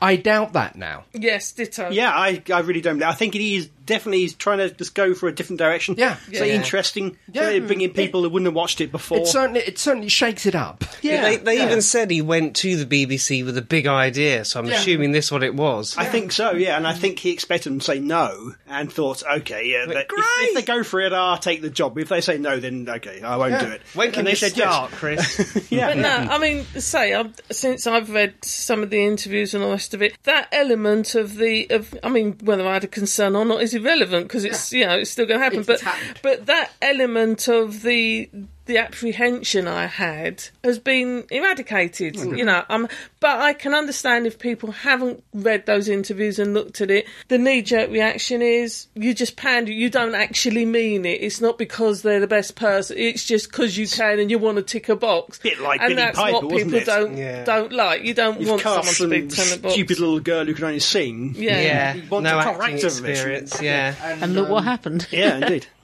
Speaker 9: I doubt that now.
Speaker 6: Yes, ditto.
Speaker 3: Yeah, I, I really don't. I think it is definitely is trying to just go for a different direction. Yeah, so
Speaker 9: Yeah.
Speaker 3: interesting.
Speaker 9: Yeah.
Speaker 3: Yeah, so bringing people who wouldn't have watched it before.
Speaker 9: It certainly, it certainly shakes it up.
Speaker 2: they they even said he went to the BBC with a big idea, so I'm
Speaker 3: Yeah.
Speaker 2: assuming this what it was.
Speaker 3: I think so, yeah, and I think he expected them to say no and thought, okay, yeah, that, if, if they go for it, I'll take the job. If they say no, then okay, I won't
Speaker 6: Yeah.
Speaker 3: do it.
Speaker 2: When can
Speaker 3: and they
Speaker 2: you
Speaker 3: said
Speaker 2: start,
Speaker 3: yes.
Speaker 2: Chris?
Speaker 3: yeah,
Speaker 6: But no, I mean, say I've, since I've read some of the interviews and all the rest of it, that element of the of I mean, whether I had a concern or not is irrelevant because it's you know it's still going to happen.
Speaker 10: It's
Speaker 6: but
Speaker 10: happened.
Speaker 6: but that element of the the apprehension I had has been eradicated.
Speaker 10: Mm.
Speaker 6: You know, um, but I can understand if people haven't read those interviews and looked at it, the knee jerk reaction is you just pander. You don't actually mean it. It's not because they're the best person. It's just because you can and you want to tick a box
Speaker 3: bit like
Speaker 6: and
Speaker 3: Billy
Speaker 6: that's
Speaker 3: Piper,
Speaker 6: what
Speaker 3: wasn't
Speaker 6: people
Speaker 3: it?
Speaker 6: don't
Speaker 3: Yeah.
Speaker 6: don't like. You don't
Speaker 3: You've
Speaker 6: want someone
Speaker 3: cast
Speaker 6: to be
Speaker 3: some
Speaker 6: tenable.
Speaker 3: stupid little girl who can only sing.
Speaker 6: Yeah. Yeah.
Speaker 3: You want
Speaker 6: No
Speaker 3: a
Speaker 6: acting
Speaker 3: character of it.
Speaker 6: experience, yeah.
Speaker 5: And, look
Speaker 9: Um,
Speaker 5: what happened.
Speaker 3: um, Yeah, indeed.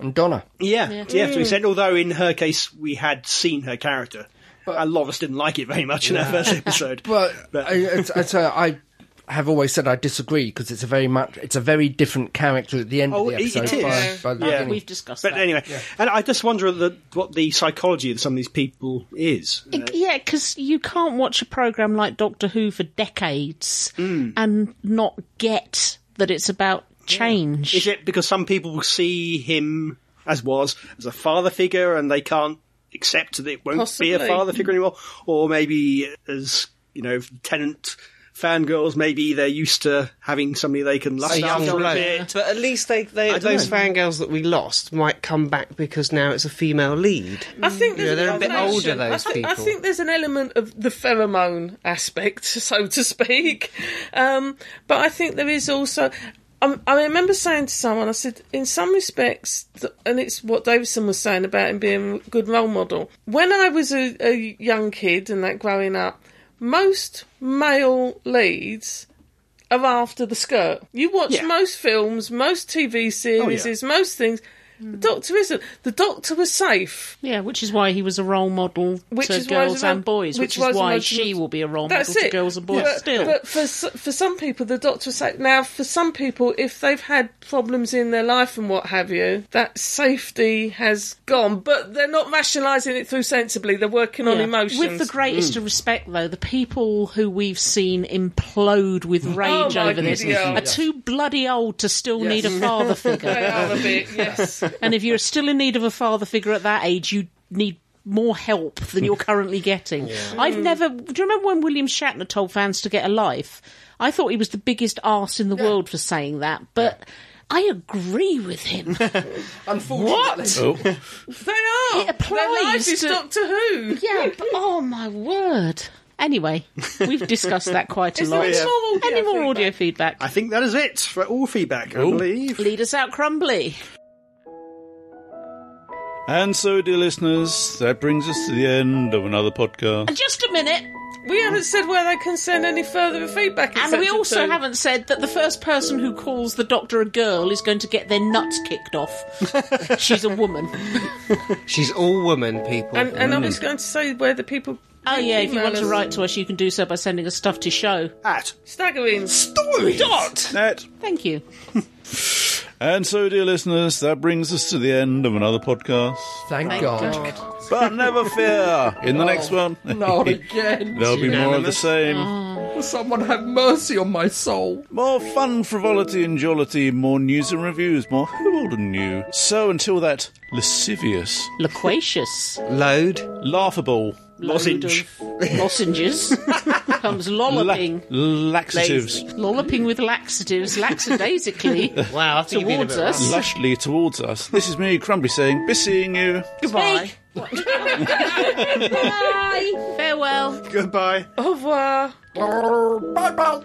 Speaker 9: And Donna.
Speaker 3: Yeah,
Speaker 5: Yeah.
Speaker 3: yeah. So we
Speaker 5: Mm.
Speaker 3: said, although in her case we had seen her character, and Loris didn't like it very much in
Speaker 9: Yeah.
Speaker 3: our first episode.
Speaker 9: But, I, it's, it's a, I have always said I disagree because it's a very much it's a very different character at the end
Speaker 3: Oh,
Speaker 9: of the
Speaker 3: it-
Speaker 9: episode.
Speaker 3: it is.
Speaker 9: By, by the beginning.
Speaker 5: discussed
Speaker 3: but
Speaker 5: that.
Speaker 3: anyway,
Speaker 5: Yeah.
Speaker 3: and I just wonder the, what the psychology of some of these people is.
Speaker 5: Yeah, because you can't watch a program like Doctor Who for decades and not get that it's about change.
Speaker 3: Is it because some people see him as was as a father figure and they can't accept that it won't be
Speaker 6: Possibly.
Speaker 3: a father figure anymore, or maybe as you know, tenant fangirls, maybe they're used to having somebody they can lust after a bit.
Speaker 2: But at least they, they
Speaker 3: I
Speaker 2: those
Speaker 3: don't
Speaker 2: fangirls that we lost might come back because now it's a female lead.
Speaker 6: I think
Speaker 2: You know,
Speaker 6: there's
Speaker 2: they're a bit
Speaker 6: combination.
Speaker 2: older.
Speaker 6: I
Speaker 2: Those
Speaker 6: thi-
Speaker 2: people.
Speaker 6: I think there's an element of the pheromone aspect, so to speak. Um, but I think there is also. I, I remember saying to someone, I said, in some respects, th- and it's what Davison was saying about him being a good role model. When I was a, a young kid and that growing up, most male leads are after the skirt. You watch most films, most TV series, most things. The doctor isn't. The doctor was safe.
Speaker 5: Yeah, which is why he was a role model
Speaker 6: Which
Speaker 5: to
Speaker 6: is why he
Speaker 5: girls
Speaker 6: was a role-
Speaker 5: and boys,
Speaker 6: which
Speaker 5: which,
Speaker 6: was
Speaker 5: is
Speaker 6: the
Speaker 5: why
Speaker 6: most-
Speaker 5: she will be a role
Speaker 6: That's
Speaker 5: model to
Speaker 6: it.
Speaker 5: girls and boys
Speaker 6: but,
Speaker 5: still.
Speaker 6: But for s- for some people, the doctor's safe. Now, for some people, if they've had problems in their life and what have you, that safety has gone. But they're not rationalising it through sensibly. They're working on
Speaker 5: Yeah.
Speaker 6: emotions. Hmm.
Speaker 5: With the
Speaker 6: Mm.
Speaker 5: greatest of respect, though, the people who we've seen implode with rage
Speaker 6: Oh my
Speaker 5: over this
Speaker 6: good girl.
Speaker 5: are too bloody old to still need a father figure.
Speaker 6: they are a bit. Yes.
Speaker 5: and if you're still in need of a father figure at that age, you need more help than you're currently getting.
Speaker 6: Mm.
Speaker 5: I've never. Do you remember when William Shatner told fans to get a life? I thought he was the biggest arse in the world for saying that, but. I agree with him.
Speaker 9: Unfortunately,
Speaker 5: what?
Speaker 1: Oh.
Speaker 6: They are.
Speaker 5: It applies
Speaker 6: Their life is
Speaker 5: to-
Speaker 6: Doctor Who.
Speaker 5: Yeah, but oh my word. Anyway, we've discussed that quite a
Speaker 3: Is there
Speaker 5: lot.
Speaker 3: any more audio
Speaker 5: Any more audio feedback?
Speaker 3: I think that is it for all feedback, I
Speaker 5: Ooh.
Speaker 3: believe.
Speaker 5: Lead us out, Crumbly.
Speaker 1: And so, dear listeners, that brings us to the end of another podcast.
Speaker 5: And uh, just a minute.
Speaker 6: We haven't said where they can send any further feedback.
Speaker 5: And we
Speaker 6: etc.
Speaker 5: also
Speaker 6: to-
Speaker 5: haven't said that the first person who calls the doctor a girl is going to get their nuts kicked off. She's a woman.
Speaker 2: She's all woman people. Mm.
Speaker 6: And, and I was going to say where the people.
Speaker 5: Oh yeah, if you want to
Speaker 6: email us.
Speaker 5: write to us, you can do so by sending us stuff to show
Speaker 3: at
Speaker 6: staggering
Speaker 5: stories dot
Speaker 1: net.
Speaker 5: Thank you.
Speaker 1: And so, dear listeners, that brings us to the end of another podcast.
Speaker 9: Thank,
Speaker 1: Thank
Speaker 9: God. Oh,
Speaker 1: But never fear, in the next one,
Speaker 9: not again.
Speaker 1: there'll be more of the
Speaker 9: Unanimous.
Speaker 1: same.
Speaker 9: Will someone have mercy on my soul?
Speaker 1: More fun, frivolity, and jollity, more news and reviews, more who old and new. So until that lascivious,
Speaker 5: loquacious,
Speaker 2: load,
Speaker 1: laughable,
Speaker 5: Lozenge. lozenges comes lolloping.
Speaker 1: laxatives,
Speaker 5: Lolloping with laxatives, lackadaisically.
Speaker 2: wow,
Speaker 5: towards us.
Speaker 1: lushly towards us. This is me, Crumbly, saying, be seeing you.
Speaker 5: Goodbye. Bye. Farewell.
Speaker 3: Goodbye.
Speaker 6: Au revoir.
Speaker 9: Bye bye.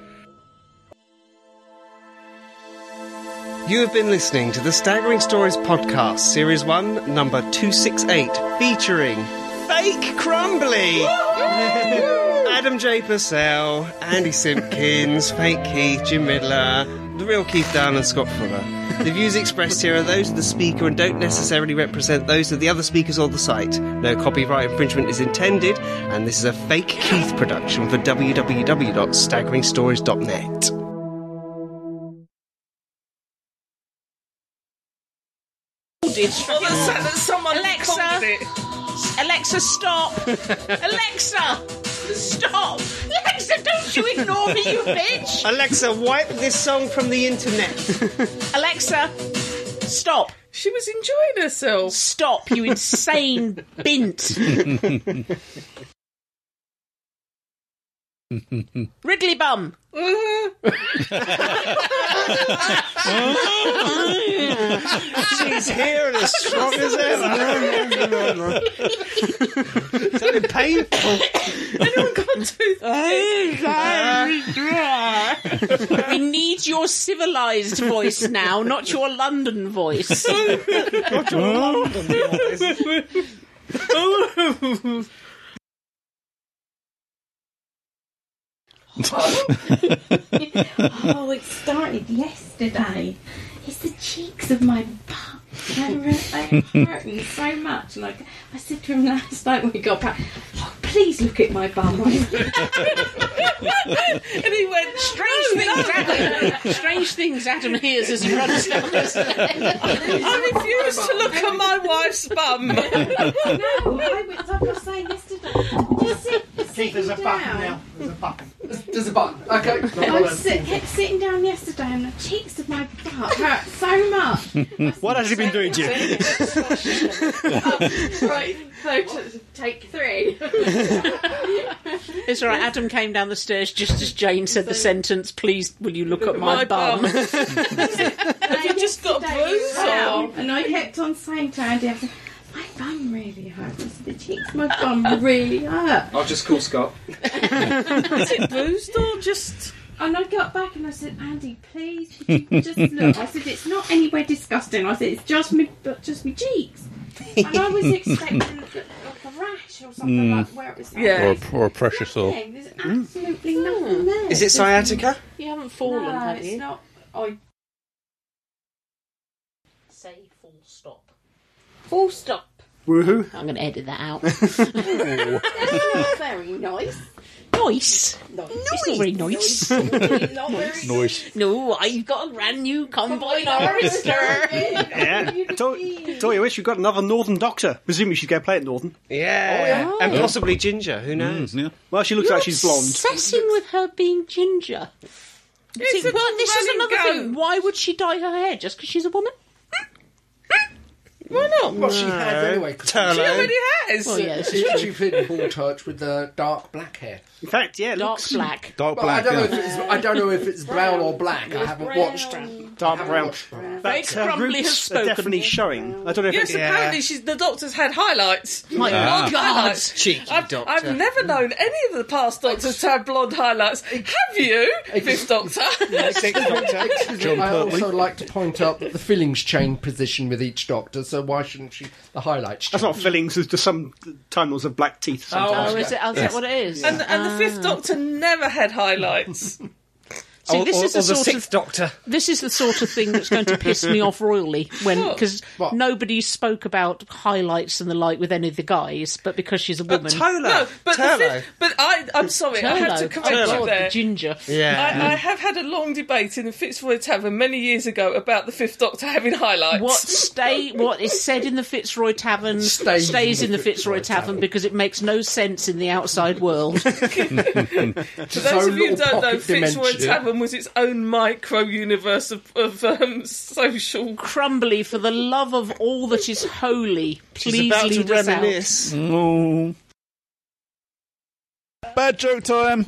Speaker 2: You have been listening to the Staggering Stories podcast, series one, number two six eight, featuring Fake Crumbly, Adam J Purcell, Andy Simpkins, Fake Keith, Jim Riddler, the real Keith Dunn, and Scott Fuller. The views expressed here are those of the speaker and don't necessarily represent those of the other speakers or the site. No copyright infringement is intended, and this is a Fake Keith production for www.staggeringstories.net.
Speaker 6: Well, that's, that's someone
Speaker 5: Alexa.
Speaker 6: called it.
Speaker 5: Alexa, stop! Alexa, stop! Alexa, don't you ignore me, you bitch!
Speaker 2: Alexa, wipe this song from the internet.
Speaker 5: Alexa, stop!
Speaker 6: She was enjoying herself.
Speaker 5: Stop, you insane bint! Ridley bum!
Speaker 2: Uh-huh. She's here and as strong as ever. It's only painful.
Speaker 6: Anyone got a
Speaker 5: we need your civilized voice now, not your London voice.
Speaker 6: toothpick?
Speaker 4: oh, it started yesterday. It's the cheeks of my butt. They, re- they hurt me so much. Like I said to him last night when we got back, "Oh, look
Speaker 11: please look at my bum.
Speaker 10: and he went, strange things happen. Strange things Adam hears as he runs down the stairs.
Speaker 6: I refuse to look at my wife's bum.
Speaker 11: no, I was, I was saying yesterday. Just sit, sit
Speaker 13: there's a
Speaker 11: down.
Speaker 13: button now. There's a button.
Speaker 9: There's a button. Okay.
Speaker 11: I was sit, kept sitting down yesterday, and the cheeks of my butt hurt so much.
Speaker 3: what has he been doing to you?
Speaker 11: right, so t- take three.
Speaker 5: It's all right. Adam came down the stairs just as Jane said the sentence. Please, will you look, at my, bum?
Speaker 11: Have
Speaker 6: you just got a bruise or-
Speaker 11: And I kept on saying to Andy, I said, my bum really hurts. The cheeks, of my bum really hurt.
Speaker 9: I'll just call Scott.
Speaker 11: Is it bruised or just? And I got back and I said, Andy, please, could you just look? I said, it's not anywhere disgusting. I said, it's just me, but just me cheeks. And I was expecting like a rash or something
Speaker 1: Mm.
Speaker 11: like where it was. like-
Speaker 1: Or, a- or a pressure sore.
Speaker 11: Nothing.
Speaker 1: Mm.
Speaker 11: There's absolutely nothing there.
Speaker 2: Is it sciatica?
Speaker 5: You haven't fallen,
Speaker 11: no,
Speaker 5: have you?
Speaker 11: It's not. I
Speaker 5: Say full stop. Full stop.
Speaker 3: Woohoo.
Speaker 5: I'm going to edit that out.
Speaker 11: That's not very nice.
Speaker 5: Nice.
Speaker 11: Nice.
Speaker 5: It's not very nice.
Speaker 11: Not very
Speaker 1: Noise.
Speaker 5: No, I've got a brand new combine harvester.
Speaker 3: Yeah. I told, told you, I wish you got another Northern Doctor. Presumably she's going to play at Northern.
Speaker 2: Yeah.
Speaker 5: Oh, yeah.
Speaker 2: And
Speaker 3: Yeah.
Speaker 2: possibly ginger,
Speaker 9: Mm.
Speaker 2: who knows?
Speaker 1: Mm,
Speaker 3: Well, she looks like she's blonde.
Speaker 5: Obsessing with her being ginger. See,
Speaker 6: a
Speaker 5: well, this is
Speaker 6: running
Speaker 5: another
Speaker 6: gag.
Speaker 5: thing. Why would she dye her hair just because she's a woman?
Speaker 6: Why not?
Speaker 9: Well, she has anyway. 'cause
Speaker 2: Turlo.
Speaker 6: She already has.
Speaker 5: Well, yeah,
Speaker 9: She, she fit in ball touch with the dark black hair.
Speaker 3: In fact, yeah,
Speaker 5: Dark
Speaker 3: looks
Speaker 5: black.
Speaker 1: Dark
Speaker 9: Well,
Speaker 1: Oh, black.
Speaker 9: I don't know
Speaker 1: yeah.
Speaker 9: if it's I don't know if it's brown or black. I haven't watched.
Speaker 3: dark brown.
Speaker 9: watched Brown.
Speaker 5: Very
Speaker 3: That uh,
Speaker 5: crumbly
Speaker 3: roots are
Speaker 5: spoken.
Speaker 3: definitely showing. I don't know if
Speaker 6: Yes,
Speaker 3: it's...
Speaker 6: apparently she's, the doctor's had highlights.
Speaker 5: My
Speaker 1: Ah.
Speaker 5: God.
Speaker 2: Cheeky
Speaker 6: I've,
Speaker 2: doctor.
Speaker 6: I've never known any of the past doctors to have blonde highlights. Have you, Fifth Doctor?
Speaker 9: Excuse me,
Speaker 1: John
Speaker 9: I
Speaker 1: Pertwee.
Speaker 9: also like to point out that the fillings change position with each doctor, so why shouldn't she the highlights?
Speaker 3: That's
Speaker 9: change?
Speaker 3: not fillings, it's just some tunnels of black teeth. Sometimes.
Speaker 5: Oh, is, it, is that what it is? Ah.
Speaker 6: and, and the Fifth Doctor never had highlights.
Speaker 5: See,
Speaker 2: or,
Speaker 5: this
Speaker 2: or-
Speaker 5: is
Speaker 2: or
Speaker 5: the
Speaker 2: the
Speaker 5: sort
Speaker 2: sixth
Speaker 5: of
Speaker 2: doctor.
Speaker 5: this is the sort of thing that's going to piss me off royally when because
Speaker 9: What?
Speaker 5: nobody spoke about highlights and the like with any of the guys, but because she's a
Speaker 6: Oh,
Speaker 5: woman,
Speaker 2: Tolo.
Speaker 6: No, but the
Speaker 2: Turlo.
Speaker 6: fifth, but I, I'm sorry, I have to
Speaker 5: Turlo.
Speaker 6: correct
Speaker 5: Oh,
Speaker 6: you
Speaker 5: God,
Speaker 6: there.
Speaker 5: the ginger.
Speaker 2: yeah.
Speaker 6: I, I have had a long debate in the Fitzroy Tavern many years ago about the Fifth Doctor having highlights.
Speaker 5: What stay? What is said in the Fitzroy Tavern stays, in the Fitzroy, Tavern, because it makes no sense in the outside world.
Speaker 6: For those
Speaker 9: own
Speaker 6: of you who
Speaker 9: little
Speaker 6: don't know,
Speaker 9: pocket
Speaker 6: Fitzroy
Speaker 9: dimension.
Speaker 6: Tavern was its own micro universe of, of um, social.
Speaker 5: Crumbly, for the love of all that is holy, please
Speaker 2: She's about to
Speaker 5: lead us out.
Speaker 2: reminisce.
Speaker 1: Oh. Bad joke time.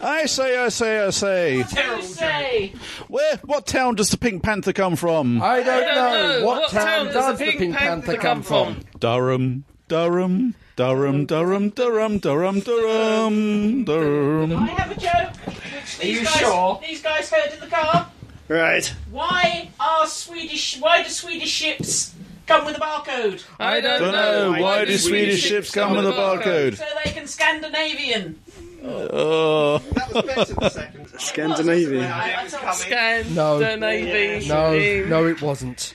Speaker 1: I say, I say, I say.
Speaker 5: Say.
Speaker 1: Where? What town does the Pink Panther come from?
Speaker 9: I don't, know.
Speaker 6: know.
Speaker 9: What,
Speaker 6: What
Speaker 9: town,
Speaker 6: town does
Speaker 9: does the Pink, Panther, come from?
Speaker 1: Durham, Durham, Durham, Durham, Durham, Durham, Durham, Durham.
Speaker 5: I have a joke. Which these
Speaker 2: you
Speaker 5: guys,
Speaker 2: sure?
Speaker 5: These guys heard in the car.
Speaker 3: Right.
Speaker 5: Why are Swedish? Why do Swedish ships come with a barcode?
Speaker 6: I don't,
Speaker 1: Don't know. Why do Swedish ships come with a barcode?
Speaker 5: So they can Scandinavian.
Speaker 1: Oh.
Speaker 3: Scandinavia.
Speaker 5: I, I told-
Speaker 6: Scan
Speaker 9: No.
Speaker 6: the Navy.
Speaker 9: No, no, it wasn't.